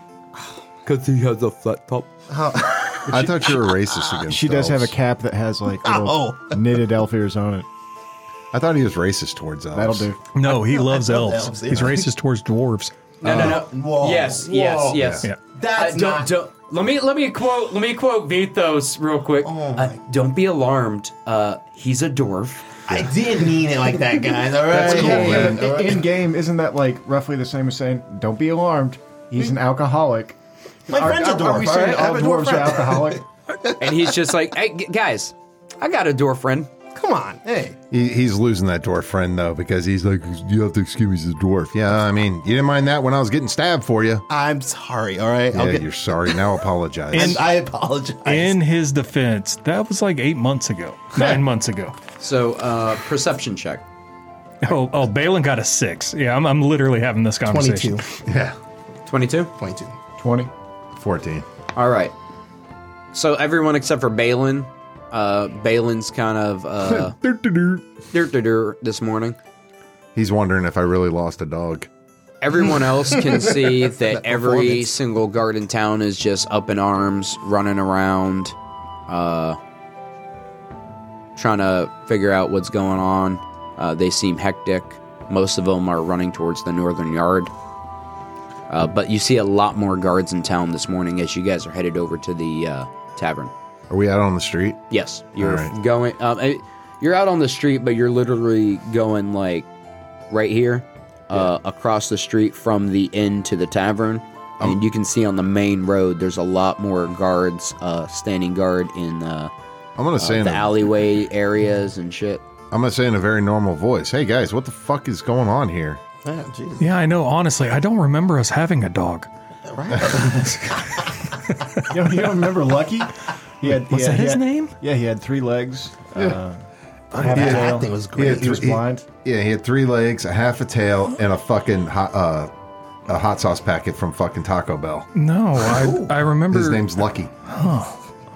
Speaker 2: because he has a flat top.
Speaker 4: I thought you were
Speaker 11: Ah,
Speaker 4: racist against
Speaker 7: She does have a
Speaker 4: elves. Oh.
Speaker 7: cap that has like little knitted elf ears on it.
Speaker 4: I thought he was racist towards elves.
Speaker 7: That'll do.
Speaker 5: No, he loves elves.
Speaker 6: elves,
Speaker 5: He's
Speaker 6: yeah.
Speaker 5: racist towards dwarves.
Speaker 2: No, no, no.
Speaker 6: Whoa,
Speaker 2: yes,
Speaker 6: whoa.
Speaker 2: yes, yes.
Speaker 5: Yeah.
Speaker 6: That's
Speaker 2: Uh,
Speaker 6: not.
Speaker 2: don't, let me let me quote let me quote Vithos real quick.
Speaker 6: Oh
Speaker 2: Uh, don't be alarmed. Uh, he's a dwarf.
Speaker 6: I did mean it like that, guys. All right.
Speaker 7: Yeah, but i- in game, isn't that like roughly the same as saying, "Don't be alarmed, he's an alcoholic."
Speaker 6: My
Speaker 7: Are-
Speaker 6: friend's a
Speaker 7: are- Are we
Speaker 6: dwarf. All
Speaker 7: saying
Speaker 6: right? I
Speaker 7: all
Speaker 6: have a dwarf
Speaker 7: dwarves are
Speaker 6: friend.
Speaker 7: alcoholic?
Speaker 2: And he's just like, hey g- guys, I got a dwarf friend.
Speaker 6: Come on. Hey.
Speaker 4: He, he's losing that dwarf friend though because he's like, you have to excuse me, he's a dwarf. Yeah, I mean, you didn't mind that when I was getting stabbed for you.
Speaker 6: I'm sorry. All right.
Speaker 4: Yeah,
Speaker 6: I'll get,
Speaker 4: you're sorry. Now apologize.
Speaker 6: and I apologize.
Speaker 5: In his defense, that was like eight months ago, nine months ago.
Speaker 2: So uh, perception check.
Speaker 5: Oh, oh, Balin got a six. Yeah, I'm, I'm literally having this conversation.
Speaker 6: 22.
Speaker 4: yeah,
Speaker 2: Twenty two.
Speaker 6: 22.
Speaker 7: Twenty.
Speaker 4: fourteen.
Speaker 2: All right. So everyone except for Balin, uh, Balin's kind of uh, dirt-dirt-dirt this morning.
Speaker 4: He's wondering if I really lost a dog.
Speaker 2: Everyone else can see that every
Speaker 6: performance.
Speaker 2: single guard in town is just up in arms, running around, uh, trying to figure out what's going on. Uh, they seem hectic. Most of them are running towards the northern yard. Uh, but you see a lot more guards in town this morning as you guys are headed over to the uh, tavern.
Speaker 4: Are we out on the street?
Speaker 2: Yes, you're
Speaker 4: All right.
Speaker 2: going. Um, eh, you're out on the street, but you're literally going like right here, uh, across the street from the inn to the tavern,
Speaker 4: Um,
Speaker 2: and you can see on the main road there's a lot more guards uh, standing guard in. Uh,
Speaker 4: I'm gonna
Speaker 2: uh,
Speaker 4: say in
Speaker 2: the
Speaker 4: a-
Speaker 2: alleyway areas and shit.
Speaker 4: I'm gonna say in a very normal voice, "Hey guys, what the fuck is going on here?"
Speaker 2: Ah,
Speaker 5: Yeah, I know. Honestly, I don't remember us having a dog.
Speaker 11: You don't, you don't remember Lucky? He had, he
Speaker 5: Was
Speaker 11: had-
Speaker 5: that
Speaker 11: he
Speaker 5: his
Speaker 11: had-
Speaker 5: name?
Speaker 11: Yeah, he had three legs. Uh, half
Speaker 4: He
Speaker 11: a
Speaker 4: had-
Speaker 11: tail.
Speaker 4: He, had
Speaker 11: He was
Speaker 4: three- he-
Speaker 11: blind.
Speaker 4: yeah, he had three legs, a half a tail, and a fucking hot, uh, a hot sauce packet from fucking Taco Bell.
Speaker 5: No, I I remember
Speaker 4: His name's Lucky.
Speaker 5: Huh.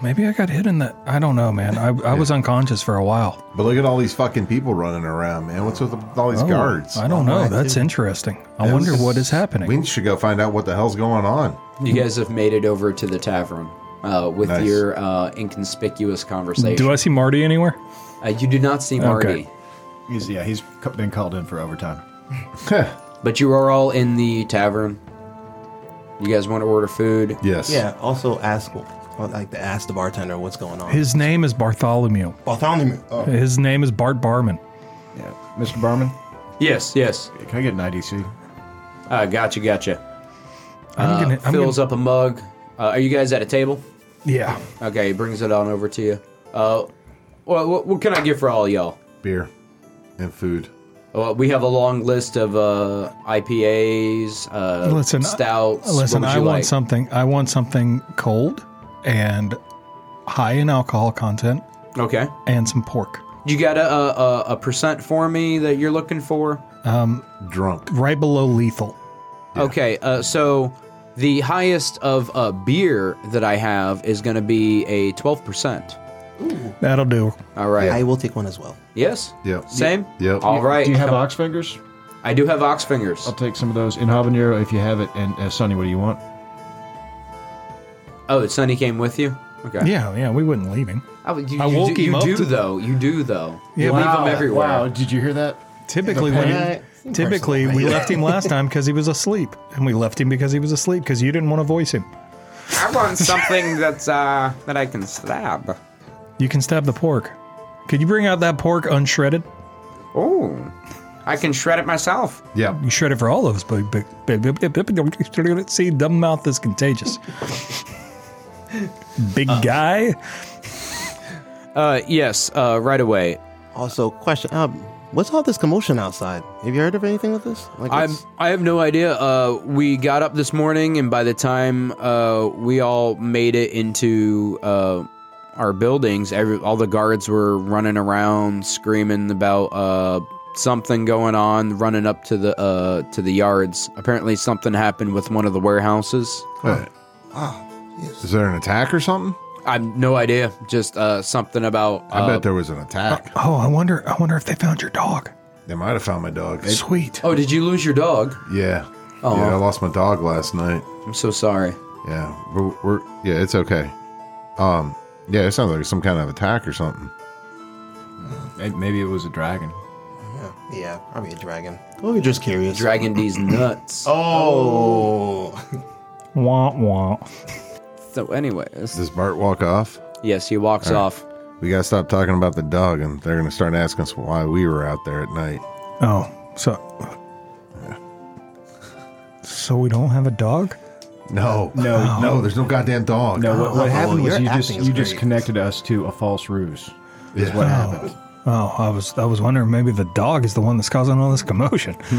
Speaker 5: Maybe I got hit in the. I don't know, man. I, I was unconscious for a while.
Speaker 4: But look at all these fucking people running around, man. What's with all these
Speaker 5: Oh,
Speaker 4: guards?
Speaker 5: I don't know. That's interesting. I wonder what is happening.
Speaker 4: We should go find out what the hell's going on.
Speaker 2: You guys have made it over to the tavern uh, with
Speaker 4: Nice.
Speaker 2: your uh, inconspicuous conversation.
Speaker 5: Do I see Marty anywhere?
Speaker 2: Uh, you do not see Marty.
Speaker 5: Okay.
Speaker 11: He's, yeah, he's c- been called in for overtime.
Speaker 2: But you are all in the tavern. You guys want to order food?
Speaker 4: Yes.
Speaker 6: Yeah. Also, ask I'd like to ask the bartender what's going on.
Speaker 5: His name is Bartholomew.
Speaker 6: Bartholomew. Oh.
Speaker 5: His name is Bart Barman.
Speaker 11: Yeah. Mr. Barman?
Speaker 2: Yes, yes.
Speaker 11: Can I get an IDC?
Speaker 2: Uh, gotcha, gotcha.
Speaker 5: I'm
Speaker 2: Uh,
Speaker 5: gonna- I'm
Speaker 2: fills up a mug. Uh, are you guys at a table?
Speaker 5: Yeah.
Speaker 2: Okay, he brings it on over to you. Uh, well, what, what can I get for all y'all?
Speaker 4: Beer and food.
Speaker 2: Well, we have a long list of uh, IPAs, uh,
Speaker 5: listen, I-
Speaker 2: stouts. What
Speaker 5: Listen,
Speaker 2: would you
Speaker 5: I want
Speaker 2: like?
Speaker 5: something. I want something cold and high in alcohol content
Speaker 2: Okay.
Speaker 5: and some pork.
Speaker 2: You got a, a, a- a percent for me that you're looking for?
Speaker 5: Um,
Speaker 4: Drunk.
Speaker 5: Right below lethal.
Speaker 2: Okay, uh, so the highest of uh, beer that I have is going to be a 12%.
Speaker 5: That'll do.
Speaker 2: All right.
Speaker 6: I will take one as well.
Speaker 2: Yes?
Speaker 4: Yep.
Speaker 2: Same?
Speaker 4: Yep.
Speaker 2: All right.
Speaker 11: Do you have ox fingers? Oh.
Speaker 2: I do have ox fingers.
Speaker 11: I'll take some of those in habanero if you have it. And uh, Sonny, what do you want?
Speaker 2: Oh, Sonny came with you? Okay.
Speaker 5: Yeah, yeah, we wouldn't leave him.
Speaker 2: I, would- Oh, you,
Speaker 5: I
Speaker 2: you
Speaker 5: woke
Speaker 2: do,
Speaker 5: him
Speaker 2: you
Speaker 5: up
Speaker 2: do
Speaker 5: to-
Speaker 2: though. You do though. You
Speaker 5: Yeah,
Speaker 2: leave
Speaker 5: wow,
Speaker 2: them everywhere.
Speaker 11: Wow, did you hear that?
Speaker 5: Typically,
Speaker 11: Okay.
Speaker 5: when, typically we left him last time because he was asleep, and we left him because he was asleep because you didn't want to voice him.
Speaker 2: I want something that's uh that I can stab.
Speaker 5: You can stab the pork. Could you bring out that pork unshredded?
Speaker 2: Oh, I can shred it myself.
Speaker 4: Yeah.
Speaker 5: You shred it for all of us, but, but, but, but, but- but- but- see, dumb mouth is contagious. Big guy.
Speaker 2: Uh, yes. Uh, right away.
Speaker 6: Also, question. Um, what's all this commotion outside? Have you heard of anything with this? Like,
Speaker 2: I'm.
Speaker 6: it's-
Speaker 2: I have no idea. Uh, we got up this morning, and by the time uh we all made it into uh our buildings, every all the guards were running around screaming about uh something going on, running up to the uh to the yards. Apparently, something happened with one of the warehouses.
Speaker 4: Wait, Is there an attack or something?
Speaker 2: I've no idea. Just uh, something about.
Speaker 4: I
Speaker 2: uh,
Speaker 4: bet there was an attack.
Speaker 5: Oh, I wonder. I wonder if they found your dog.
Speaker 4: They might have found my dog.
Speaker 5: Sweet.
Speaker 2: Oh, did you lose your dog?
Speaker 4: Yeah.
Speaker 2: Oh.
Speaker 4: Yeah, I lost my dog last night.
Speaker 2: I'm so sorry.
Speaker 4: Yeah, we're, we're yeah, it's okay. Um, yeah, it sounds like some kind of attack or something.
Speaker 11: May- Maybe it was a dragon.
Speaker 6: yeah, probably a dragon. Well, we're just curious.
Speaker 2: Dragon D's nuts.
Speaker 6: Oh.
Speaker 5: Wah wah.
Speaker 2: So, anyways,
Speaker 4: Does Bart walk off?
Speaker 2: yes, he walks
Speaker 4: All right.
Speaker 2: off.
Speaker 4: We gotta stop talking about the dog, and they're gonna start asking us why we were out there at night.
Speaker 5: Oh, so. So we don't have a dog?
Speaker 4: No,
Speaker 11: No.
Speaker 4: no, there's no goddamn dog.
Speaker 11: No,
Speaker 5: Oh,
Speaker 11: what, what happened was
Speaker 6: your
Speaker 11: you just
Speaker 6: acting is
Speaker 11: you just
Speaker 6: great.
Speaker 11: connected us to a false ruse. Is
Speaker 4: Yeah.
Speaker 11: what happened.
Speaker 5: Oh, I was I was wondering maybe the dog is the one that's causing all this commotion.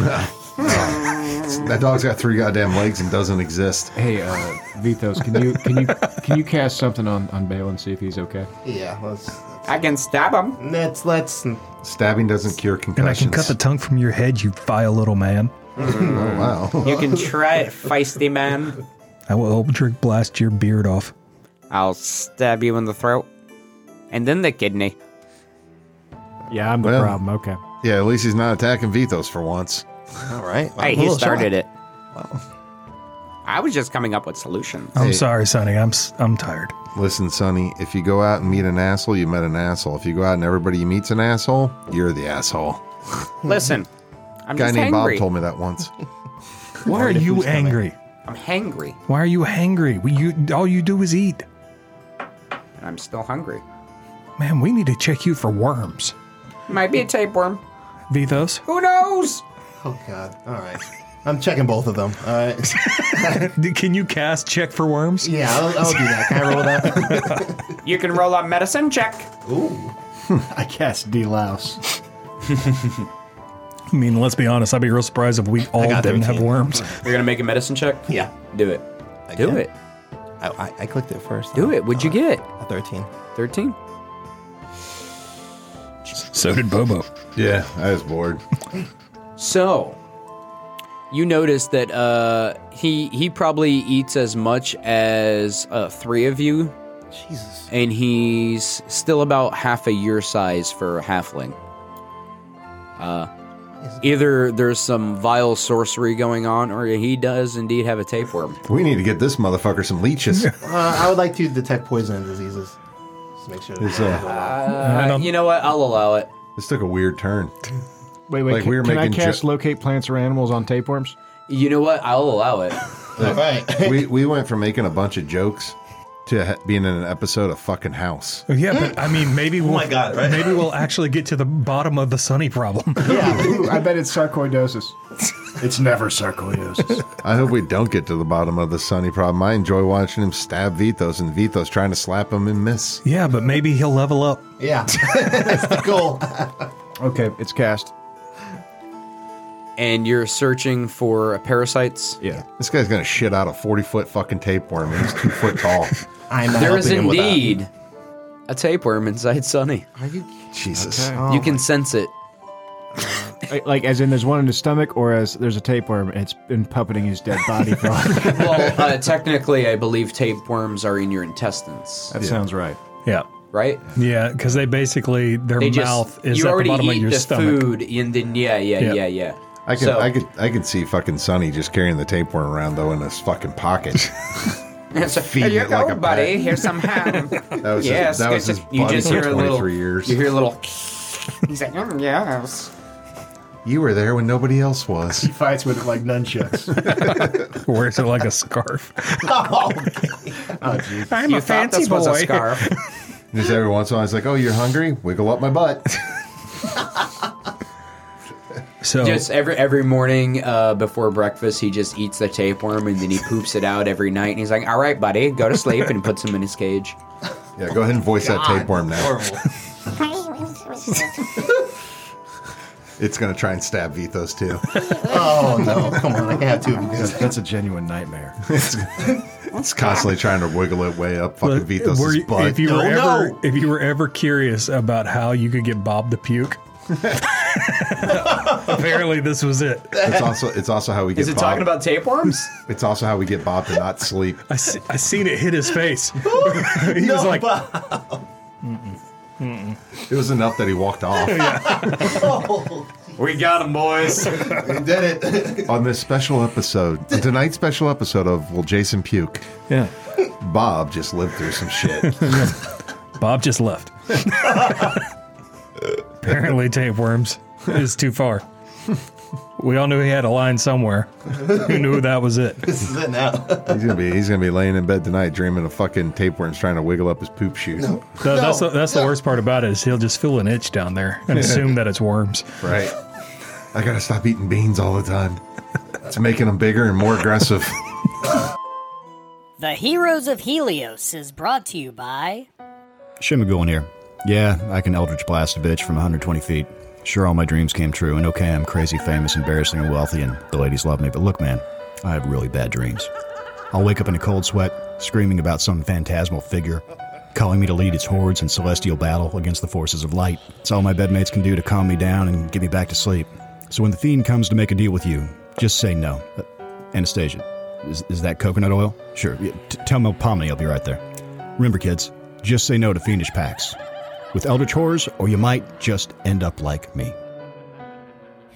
Speaker 4: that dog's got three goddamn legs and doesn't exist.
Speaker 11: Hey, uh, Vitos, can you can you can you cast something on on Bale and see if he's okay?
Speaker 6: Yeah. Let's
Speaker 2: I can stab him.
Speaker 6: let's let's.
Speaker 4: Stabbing doesn't cure
Speaker 5: and
Speaker 4: concussions.
Speaker 5: I can cut the tongue from your head, you vile little man.
Speaker 4: oh wow.
Speaker 2: You can try it, feisty man.
Speaker 5: I will Eldritch blast your beard off.
Speaker 2: I'll stab you in the throat, and then the kidney.
Speaker 12: Yeah, I'm the
Speaker 4: Well.
Speaker 12: problem. Okay.
Speaker 4: Yeah, at least he's not attacking Vitos for once.
Speaker 6: All right.
Speaker 2: Hey, he started it. I was just coming up with solutions.
Speaker 6: Oh,
Speaker 5: I'm
Speaker 4: Hey.
Speaker 5: sorry, Sonny. I'm s- I'm tired.
Speaker 4: Listen, Sonny, if you go out and meet an asshole, you met an asshole. If you go out and everybody you meet's an asshole, you're the asshole.
Speaker 2: Listen, I'm
Speaker 4: guy
Speaker 2: just
Speaker 4: named
Speaker 2: hangry.
Speaker 4: Bob told me that once.
Speaker 5: Why are you angry?
Speaker 2: I'm hangry.
Speaker 5: Why are you hangry? We, you all you do is eat.
Speaker 2: and I'm still hungry.
Speaker 5: Man, we need to check you for worms.
Speaker 2: Might be a tapeworm.
Speaker 5: Vithos?
Speaker 2: Who knows?
Speaker 6: Oh God! All right, I'm checking both of them. All right.
Speaker 5: Can you cast check for worms?
Speaker 6: Yeah, I'll, I'll do that. Can I roll that?
Speaker 2: You can roll a medicine check.
Speaker 6: Ooh.
Speaker 11: I cast D Louse.
Speaker 5: I mean, let's be honest. I'd be real surprised if we all
Speaker 2: got
Speaker 5: didn't have
Speaker 2: 13.
Speaker 5: worms.
Speaker 2: You're gonna make a medicine check?
Speaker 6: Yeah.
Speaker 2: Do it. Do
Speaker 6: can.
Speaker 2: it.
Speaker 6: I, I, I clicked it first.
Speaker 2: Do it. What'd you get?
Speaker 6: A thirteen.
Speaker 2: Thirteen.
Speaker 5: So did Bobo.
Speaker 13: Yeah, I was bored.
Speaker 2: So you notice that uh, he he probably eats as much as uh, three of you.
Speaker 6: Jesus.
Speaker 2: And he's still about half a your size for a halfling. Uh, either there's some vile sorcery going on, or he does indeed have a tapeworm.
Speaker 4: We need to get this motherfucker some leeches.
Speaker 6: Uh, I would like to detect poison and diseases. Just to make sure.
Speaker 4: It's, uh,
Speaker 2: Uh, you know what? I'll allow it.
Speaker 4: This took a weird turn.
Speaker 11: Wait, wait.
Speaker 4: Like,
Speaker 11: can
Speaker 4: we were
Speaker 11: can I
Speaker 4: making jo-
Speaker 11: cast locate plants or animals on tapeworms?
Speaker 2: You know what? I'll allow it.
Speaker 4: All right. we, we went from making a bunch of jokes to ha- being in an episode of fucking House.
Speaker 5: Oh, Yeah, but I mean,
Speaker 6: Oh
Speaker 5: maybe we'll,
Speaker 4: my God, right?
Speaker 5: maybe we'll actually get to the bottom of the sunny problem.
Speaker 11: Ooh, I bet it's sarcoidosis. it's never sarcoidosis.
Speaker 4: I hope we don't get to the bottom of the Sunny problem. I enjoy watching him stab Vitos and Vitos trying to slap him and miss.
Speaker 5: yeah, but maybe he'll level up.
Speaker 6: Yeah, that's the goal.
Speaker 11: okay, it's cast.
Speaker 2: And you're searching for uh, parasites?
Speaker 11: Yeah.
Speaker 4: This guy's gonna shit out a forty foot fucking tapeworm. and He's two foot tall.
Speaker 6: I'm
Speaker 2: There is indeed a tapeworm inside Sunny. Are you
Speaker 4: Jesus?
Speaker 2: you
Speaker 11: Oh
Speaker 2: can sense it.
Speaker 11: Like- Like, as in there's one in his stomach, or as there's a tapeworm and it's been puppeting his dead body. for-
Speaker 2: well, uh, technically, I believe tapeworms are in your intestines.
Speaker 11: That sounds right.
Speaker 5: Yeah.
Speaker 2: Right?
Speaker 5: Yeah, because they basically their
Speaker 2: They just-
Speaker 5: mouth is
Speaker 2: you
Speaker 5: at the
Speaker 2: already
Speaker 5: bottom of
Speaker 2: eat
Speaker 5: your
Speaker 2: the
Speaker 5: stomach.
Speaker 2: food, and then yeah, yeah,
Speaker 5: Yeah.
Speaker 2: yeah, yeah.
Speaker 4: I could,
Speaker 2: So-
Speaker 4: I could, I could see fucking Sonny just carrying the tapeworm around though in his fucking pocket.
Speaker 2: So,
Speaker 4: Feed it like a pet.
Speaker 2: Here's some ham.
Speaker 4: That was his- that was
Speaker 2: it's-
Speaker 4: his buddy for 23 years.
Speaker 2: You hear a little. He's like, mm, yes.
Speaker 4: You were there when nobody else was.
Speaker 11: He fights with it like nunchucks.
Speaker 5: Wears it like a scarf.
Speaker 6: Oh,
Speaker 5: I'm
Speaker 2: You
Speaker 5: a
Speaker 2: thought
Speaker 5: fancy
Speaker 2: this
Speaker 5: boy.
Speaker 2: was a scarf.
Speaker 4: Just every once in a while, he's like, "Oh, you're hungry? Wiggle up my butt."
Speaker 5: So
Speaker 2: Just every every morning uh, before breakfast, he just eats the tapeworm and then he poops it out every night. And he's like, "All right, buddy, go to sleep," and puts him in his cage.
Speaker 4: Yeah, go ahead and voice that tapeworm now. It's gonna try and stab Vithos too.
Speaker 6: oh no! Come on, I can have two of you guys.
Speaker 11: That's, that's a genuine nightmare.
Speaker 4: it's, it's constantly trying to wiggle it way up fucking
Speaker 5: Look, were you-
Speaker 4: Vithos' butt.
Speaker 5: if you were
Speaker 4: No,
Speaker 5: ever
Speaker 4: no.
Speaker 5: if you were ever curious about how you could get Bob to puke, apparently this was it.
Speaker 4: it's also it's also how we get.
Speaker 2: Is it
Speaker 4: Bob,
Speaker 2: talking about tapeworms?
Speaker 4: It's also how we get Bob to not sleep.
Speaker 5: I, se- I seen it hit his face. he was like,
Speaker 4: It was enough that he walked off.
Speaker 2: we got him, boys.
Speaker 6: did it.
Speaker 4: On this special episode, tonight's special episode of Will Jason Puke,
Speaker 5: yeah.
Speaker 4: Bob just lived through some shit.
Speaker 5: Bob just left. Apparently, tapeworms is too far. We all knew he had a line somewhere. Who knew that was it?
Speaker 6: This is it now.
Speaker 4: He's gonna be he's gonna be laying in bed tonight dreaming of fucking tapeworms trying to wiggle up his poop shoot.
Speaker 5: Th- that's the, that's the worst part about it is he'll just feel an itch down there and assume that it's worms.
Speaker 4: Right. I gotta stop eating beans all the time. It's making them bigger and more aggressive.
Speaker 3: The Heroes of Helios is brought to you by
Speaker 14: Shimagulin here. Yeah, I can Eldritch Blast a bitch from 120 feet. Sure, all my dreams came true, and okay, I'm crazy, famous, embarrassingly wealthy, and the ladies love me, but look, man, I have really bad dreams. I'll wake up in a cold sweat, screaming about some phantasmal figure, calling me to lead its hordes in celestial battle against the forces of light. It's all my bedmates can do to calm me down and get me back to sleep. So when the fiend comes to make a deal with you, just say no. Uh, Anastasia, is, is that coconut oil? Sure. Yeah, t- tell Mel Pomni I'll be right there. Remember, kids, just say no to fiendish packs. With Eldritch Horrors, or you might just end up like me.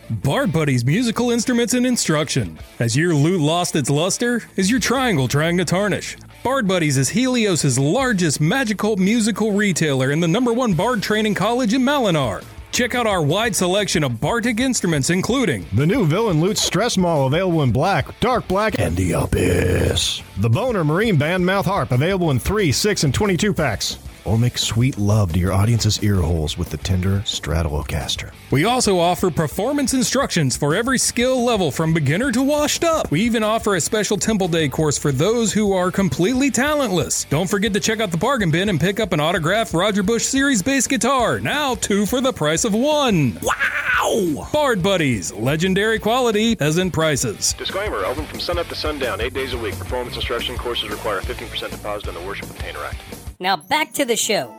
Speaker 5: Bard Buddy's musical instruments and instruction. Has your loot lost its luster? Is your triangle trying to tarnish? Bard Buddies is Helios' largest magical musical retailer and the number one bard training college in Malinar. Check out our wide selection of bardic instruments, including
Speaker 14: The new villain loot stress mall available in black, dark black, and the abyss. The Boner Marine Band mouth harp available in 3, 6, and 22 packs.
Speaker 15: or make sweet love to your audience's ear holes with the Tender Stratocaster.
Speaker 5: We also offer performance instructions for every skill level from beginner to washed up. We even offer a special Temple Day course for those who are completely talentless. Don't forget to check out the bargain bin and pick up an autographed Roger Bush Series bass guitar, now two for the price of one. Wow! Bard Buddies, legendary quality, peasant prices.
Speaker 7: Disclaimer, open from sunup to sundown, eight days a week. Performance instruction courses require a 15% deposit on the Worship of Painter Act.
Speaker 1: Now back to the show.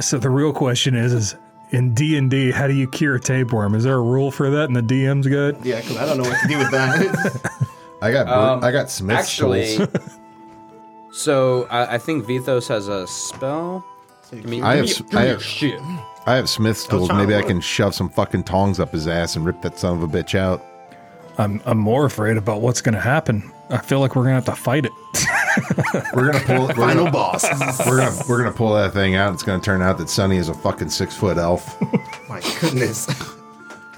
Speaker 5: So the real question is, is in D and D, how do you cure a tapeworm? Is there a rule for that? And the DM's good.
Speaker 6: Yeah, 'cause I don't know what to do with that.
Speaker 4: I got
Speaker 2: Um,
Speaker 4: I got Smith's
Speaker 2: actually,
Speaker 4: tools.
Speaker 2: so I, I think Vithos has a spell. Give me-
Speaker 4: I have,
Speaker 2: give
Speaker 4: s-
Speaker 2: me- give
Speaker 4: I
Speaker 2: me
Speaker 4: have,
Speaker 2: shit.
Speaker 4: I have Smith's
Speaker 2: I was
Speaker 4: tools.
Speaker 2: trying to
Speaker 4: Maybe I
Speaker 2: look.
Speaker 4: can shove some fucking tongs up his ass and rip that son of a bitch out.
Speaker 5: I'm I'm more afraid about what's going to happen. I feel like we're going to have to fight it.
Speaker 4: We're gonna pull we're
Speaker 5: Final
Speaker 4: gonna,
Speaker 5: boss.
Speaker 4: We're gonna we're gonna pull that thing out. It's gonna turn out that Sonny is a fucking six foot elf.
Speaker 6: My goodness.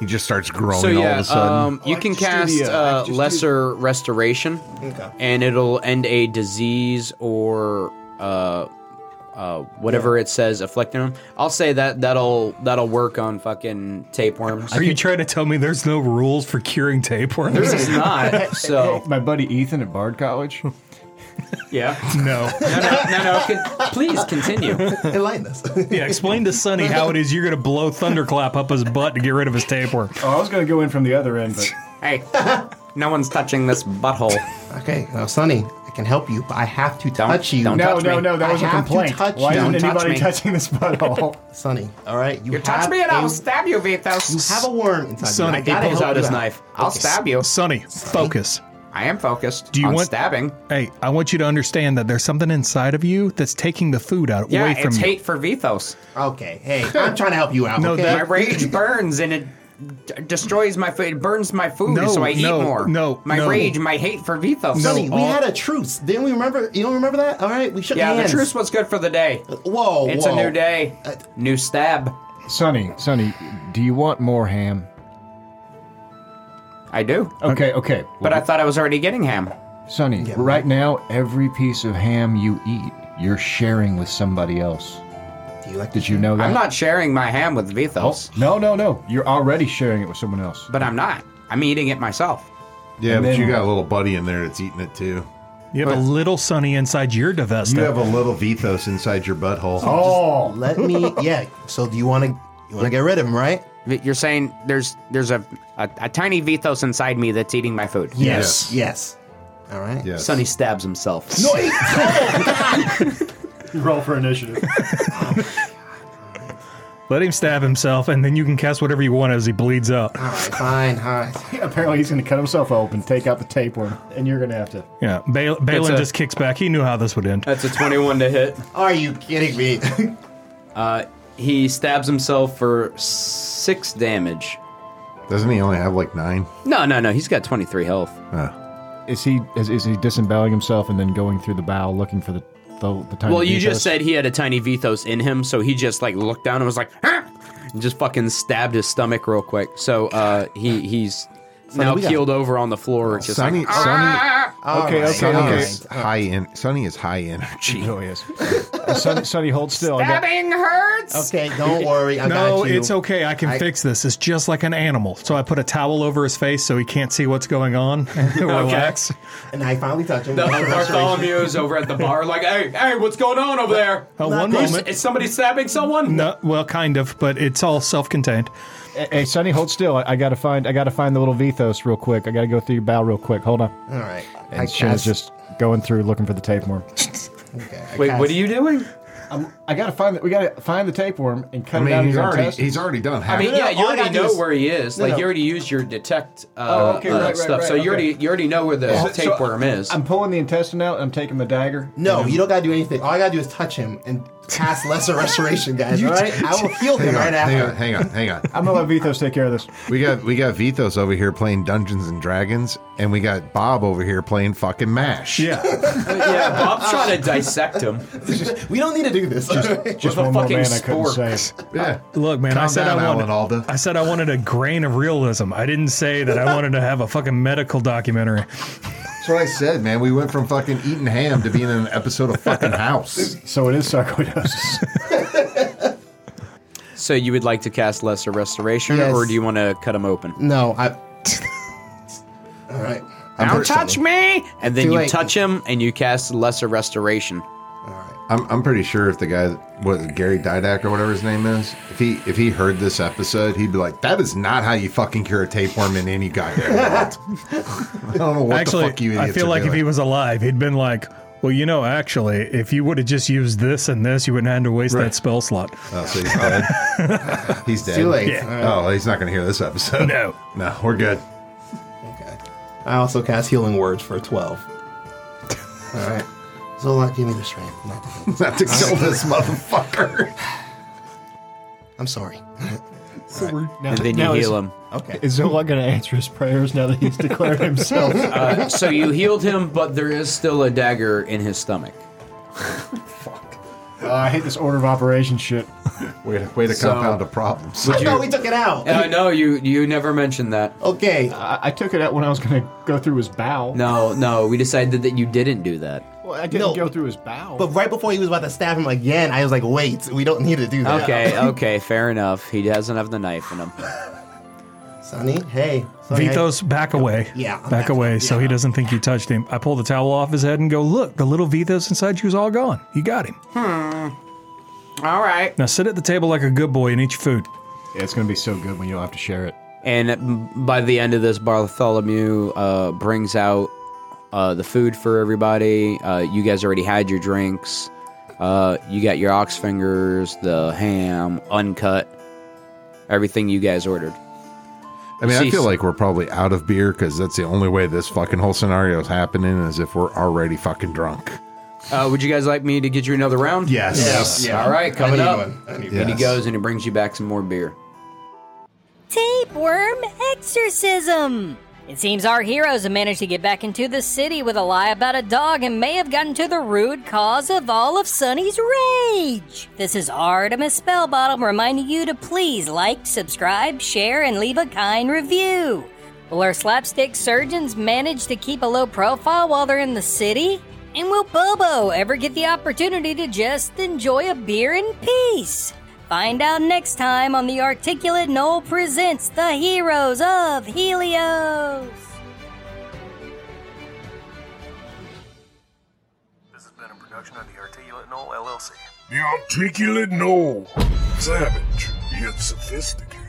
Speaker 4: He just starts growing
Speaker 2: so
Speaker 4: all
Speaker 2: yeah,
Speaker 4: of a sudden.
Speaker 2: um, you can cast uh, lesser restoration,
Speaker 6: Okay.
Speaker 2: and it'll end a disease or uh, uh, whatever it says afflicting them. I'll say that that'll that'll work on fucking tapeworms.
Speaker 5: Are you trying to tell me there's no rules for curing tapeworms?
Speaker 2: There is not. So
Speaker 11: my buddy Ethan at Bard College.
Speaker 2: yeah.
Speaker 5: No.
Speaker 2: No, no, no, no. Con- please continue.
Speaker 6: Enlighten us.
Speaker 5: yeah, explain to Sonny how it is you're going to blow thunderclap up his butt to get rid of his tapeworm.
Speaker 11: Oh, I was going to go in from the other end, but
Speaker 2: hey, no one's touching this butthole.
Speaker 6: Okay, now Sonny, I can help you, but I have to touch you.
Speaker 2: don't
Speaker 11: no, no, no, that
Speaker 6: I
Speaker 11: was a
Speaker 6: have to
Speaker 11: complaint.
Speaker 6: touch
Speaker 11: Why
Speaker 6: you.
Speaker 11: isn't
Speaker 6: Don't touch
Speaker 11: anybody
Speaker 6: me.
Speaker 11: touching this butthole?
Speaker 6: Sonny, all right, you,
Speaker 11: You
Speaker 2: touch
Speaker 6: have
Speaker 2: me and
Speaker 6: a-
Speaker 2: I'll stab you, Vithos.
Speaker 6: You have a worm inside.
Speaker 5: Sonny,
Speaker 6: you. I gotta help you
Speaker 2: I'll stab you.
Speaker 5: Sonny, focus.
Speaker 2: I am focused.
Speaker 5: Do you
Speaker 2: on
Speaker 5: want
Speaker 2: stabbing?
Speaker 5: Hey, I want you to understand that there's something inside of you that's taking the food out
Speaker 2: Yeah,
Speaker 5: away from
Speaker 2: it's
Speaker 5: you.
Speaker 2: hate for Vithos.
Speaker 6: Okay, hey, I'm trying to help you out.
Speaker 5: No,
Speaker 6: okay?
Speaker 5: that-
Speaker 2: my rage burns and it d- destroys my food. It burns my food,
Speaker 5: No,
Speaker 2: so I eat
Speaker 5: no,
Speaker 2: more.
Speaker 5: no,
Speaker 2: my
Speaker 5: no.
Speaker 2: rage, my hate for Vithos.
Speaker 6: Sonny, we had a truce. Didn't we remember? You don't remember that? All right, we shook
Speaker 2: yeah,
Speaker 6: hands.
Speaker 2: the truce was good for the day.
Speaker 6: Whoa, Uh,
Speaker 2: it's
Speaker 6: whoa.
Speaker 2: a new day, new stab.
Speaker 11: Sonny, Sonny, do you want more ham?
Speaker 2: I do.
Speaker 11: Okay, okay.
Speaker 2: But I thought I was already getting ham.
Speaker 11: Sonny, right now, every piece of ham you eat, you're sharing with somebody else.
Speaker 6: Do you like
Speaker 11: Did you know that?
Speaker 2: I'm not sharing my ham with Vithos,
Speaker 11: No, no, no. You're already sharing it with someone else.
Speaker 2: but I'm not.
Speaker 5: Oh.
Speaker 2: I'm eating it myself.
Speaker 4: yeah,
Speaker 11: and
Speaker 4: but
Speaker 11: then-
Speaker 4: you got a little buddy in there that's eating it too.
Speaker 5: You have a little Sonny inside your
Speaker 4: You
Speaker 5: divesta.
Speaker 4: have a little Vethos inside your butthole.
Speaker 11: Oh,
Speaker 6: Let me. Yeah. So do you want to? You want to get rid of him, right?
Speaker 2: You're saying there's there's a, a, a tiny Vithos inside me that's eating my food.
Speaker 6: Yes. Yes. All right.
Speaker 4: Yes.
Speaker 2: Sonny stabs himself.
Speaker 6: No. Eight.
Speaker 11: roll for initiative.
Speaker 5: Let him stab himself, and then you can cast whatever you want as he bleeds out.
Speaker 2: Ah,
Speaker 6: All right. Fine. All right.
Speaker 11: Apparently, he's going to cut himself open, take out the tapeworm, and you're going to have to.
Speaker 5: Yeah, Bal- Balin
Speaker 2: a-
Speaker 5: just kicks back. He knew how this would end.
Speaker 2: That's a 21 to hit.
Speaker 6: Are you kidding me?
Speaker 2: Uh, he stabs himself for six damage.
Speaker 4: Doesn't he Ah, only have like nine?
Speaker 2: No, no, no. He's got 23 health.
Speaker 11: Is he is, is he disemboweling himself and then going through the bowel looking for the the, the tiny
Speaker 2: well, you
Speaker 11: Vethos?
Speaker 2: just said he had a tiny Vethos in him, so he just like looked down and was like, "Ah!" and just fucking stabbed his stomach real quick. So uh, he he's now
Speaker 6: we got-
Speaker 2: keeled over on the floor, just
Speaker 4: Sonny,
Speaker 2: like. "Ah!"
Speaker 4: Sonny,
Speaker 6: All
Speaker 11: Okay, okay,
Speaker 6: right, all
Speaker 4: Sonny
Speaker 11: okay.
Speaker 4: is high in. Sonny is high energy.
Speaker 11: Oh yes. Uh, Sonny, Sonny, hold still. I got,
Speaker 2: Stabbing hurts.
Speaker 6: Okay, don't worry. I
Speaker 5: No,
Speaker 6: got you.
Speaker 5: it's okay. I can
Speaker 6: I-
Speaker 5: fix this. It's just like an animal. So I put a towel over his face so he can't see what's going on. Relax.
Speaker 6: And I finally touch him.
Speaker 2: The
Speaker 6: All right, restoration.
Speaker 2: Bartholomew is over at the bar, like, "Hey, hey, what's going on over there?
Speaker 5: Uh, one
Speaker 2: Who's-
Speaker 5: moment.
Speaker 2: Is somebody stabbing someone?"
Speaker 5: No, well, kind of, but it's all self-contained.
Speaker 11: hey, Sonny, hold still. I, I got to find I got to find the little Vethos real quick. I got to go through your bowel real quick. Hold on.
Speaker 6: All right. I
Speaker 11: And Shin's
Speaker 6: cast,
Speaker 11: just going through looking for the tapeworm.
Speaker 6: okay, I
Speaker 2: Wait,
Speaker 6: cast-
Speaker 2: what are you doing?
Speaker 11: Um, I got to find that. We got to find the tapeworm and cut
Speaker 4: I
Speaker 11: it
Speaker 4: mean, he's
Speaker 11: out of his own
Speaker 4: already
Speaker 11: intestines.
Speaker 4: he's already done half.
Speaker 2: I mean,
Speaker 6: no,
Speaker 2: yeah,
Speaker 6: no,
Speaker 2: you
Speaker 6: all I
Speaker 2: already
Speaker 6: gotta do
Speaker 2: know
Speaker 6: is-
Speaker 2: where he is.
Speaker 6: No,
Speaker 2: like
Speaker 6: no.
Speaker 2: you already used your detect uh,
Speaker 11: Oh, okay,
Speaker 2: uh,
Speaker 11: right, right,
Speaker 2: stuff, so
Speaker 11: right,
Speaker 2: you already
Speaker 11: okay.
Speaker 2: you already know where the
Speaker 11: So-
Speaker 2: tapeworm
Speaker 11: so
Speaker 2: is.
Speaker 11: I'm pulling the intestine out. and I'm taking the dagger.
Speaker 6: No, you don't gotta do anything. All I gotta do is touch him and cast lesser restoration, guys. All right, I will heal him
Speaker 4: hang, on,
Speaker 6: right
Speaker 4: hang on,
Speaker 6: after.
Speaker 4: hang on, hang on.
Speaker 11: I'm gonna let Vethos take care of this.
Speaker 4: We got we got Vethos over here playing Dungeons and Dragons, and we got Bob over here playing fucking Mash.
Speaker 5: Yeah.
Speaker 2: yeah, Bob's trying to dissect him.
Speaker 6: We don't need to do this.
Speaker 11: Just
Speaker 2: With a
Speaker 11: one more
Speaker 2: fucking
Speaker 11: man I couldn't
Speaker 2: spork.
Speaker 11: save.
Speaker 4: yeah.
Speaker 5: Look, man, I
Speaker 4: Calm
Speaker 5: said
Speaker 4: down,
Speaker 5: I wanted.
Speaker 4: Alan Alda.
Speaker 5: I said I wanted a grain of realism. I didn't say that I wanted to have a fucking medical documentary.
Speaker 4: That's what I said, man. We went from fucking eating ham to being in an episode of fucking House.
Speaker 11: So it is sarcoidosis.
Speaker 2: So you would like to cast lesser restoration,
Speaker 4: Yes.
Speaker 2: or do you want to cut them open?
Speaker 6: No, I. All right. I'm
Speaker 2: Don't
Speaker 6: pretty-
Speaker 2: touch me! And then
Speaker 6: Too
Speaker 2: you
Speaker 6: late.
Speaker 2: touch him, and you cast lesser restoration.
Speaker 4: I'm, I'm pretty sure if the guy, what Gary Didak or whatever his name is, if he if he heard this episode, he'd be like, "That is not how you fucking cure a tapeworm in any goddamn world." I don't know what
Speaker 5: actually,
Speaker 4: the fuck you idiots
Speaker 5: I feel
Speaker 4: are
Speaker 5: like if
Speaker 4: doing.
Speaker 5: he was alive, he'd been like, well, you know, actually, if you would have just used this and this, you wouldn't have had to waste that spell slot.
Speaker 4: Oh, so he's dead. he's dead.
Speaker 5: Too late. Yeah.
Speaker 4: Oh, he's not going to hear this episode.
Speaker 5: No.
Speaker 4: Oh, No, we're good.
Speaker 6: I also cast healing words for 12. All right. Zolot, give me the strength. Not to,
Speaker 4: Not to kill this motherfucker.
Speaker 6: I'm sorry.
Speaker 11: So we're,
Speaker 2: And then you heal him.
Speaker 6: Okay.
Speaker 11: Is Zola going to answer his prayers now that he's declared himself?
Speaker 2: Uh, so you healed him, but there is still a dagger in his stomach.
Speaker 11: Uh, I hate this order of operation shit.
Speaker 4: Way to, way to
Speaker 2: So-
Speaker 4: compound a problem.
Speaker 2: Would you-
Speaker 6: took it out.
Speaker 2: Uh, no, you you never mentioned that.
Speaker 6: Okay.
Speaker 11: I, I took it out when I was going to go through his bow.
Speaker 2: No, no, we decided that you didn't do that.
Speaker 11: Well, I didn't
Speaker 6: No.
Speaker 11: go through his bow.
Speaker 6: But right before he was about to stab him again, I was like, wait, we don't need to do that.
Speaker 2: Okay, okay, fair enough. He doesn't have the knife in him.
Speaker 6: Sonny, hey. Sonny,
Speaker 5: Vito's back away.
Speaker 6: Yeah, I'm
Speaker 5: Back away, so he doesn't think you touched him. I pull the towel off his head and go, look, the little Vito's inside you is all gone. You got him.
Speaker 2: Hmm. All right.
Speaker 5: Now sit at the table like a good boy and eat your food.
Speaker 11: Yeah, it's going to be so good when you'll have to share it.
Speaker 2: And m- by the end of this, Bartholomew uh, brings out uh, the food for everybody. Uh, you guys already had your drinks. Uh, you got your ox fingers, the ham, uncut, everything you guys ordered.
Speaker 4: I mean, I
Speaker 2: See,
Speaker 4: feel like we're probably out of beer because that's the only way this fucking whole scenario is happening is if we're already fucking drunk.
Speaker 2: Uh, would you guys like me to get you another round?
Speaker 4: Yes. Yes.
Speaker 2: All right,
Speaker 4: I
Speaker 2: coming
Speaker 4: need
Speaker 2: up.
Speaker 4: one. I need
Speaker 2: And he
Speaker 4: one.
Speaker 2: goes and he brings you back some more beer.
Speaker 1: Tapeworm exorcism! It seems our heroes have managed to get back into the city with a lie about a dog and may have gotten to the root cause of all of Sunny's rage. This is Artemis Spellbottom reminding you to please like, subscribe, share, and leave a kind review. Will our slapstick surgeons manage to keep a low profile while they're in the city? And will Bobo ever get the opportunity to just enjoy a beer in peace? Find out next time on The Articulate Knoll Presents The Heroes of Helios.
Speaker 16: This has been a production of the Articulate Knoll LLC.
Speaker 9: The articulate knoll. Savage, yet sophisticated.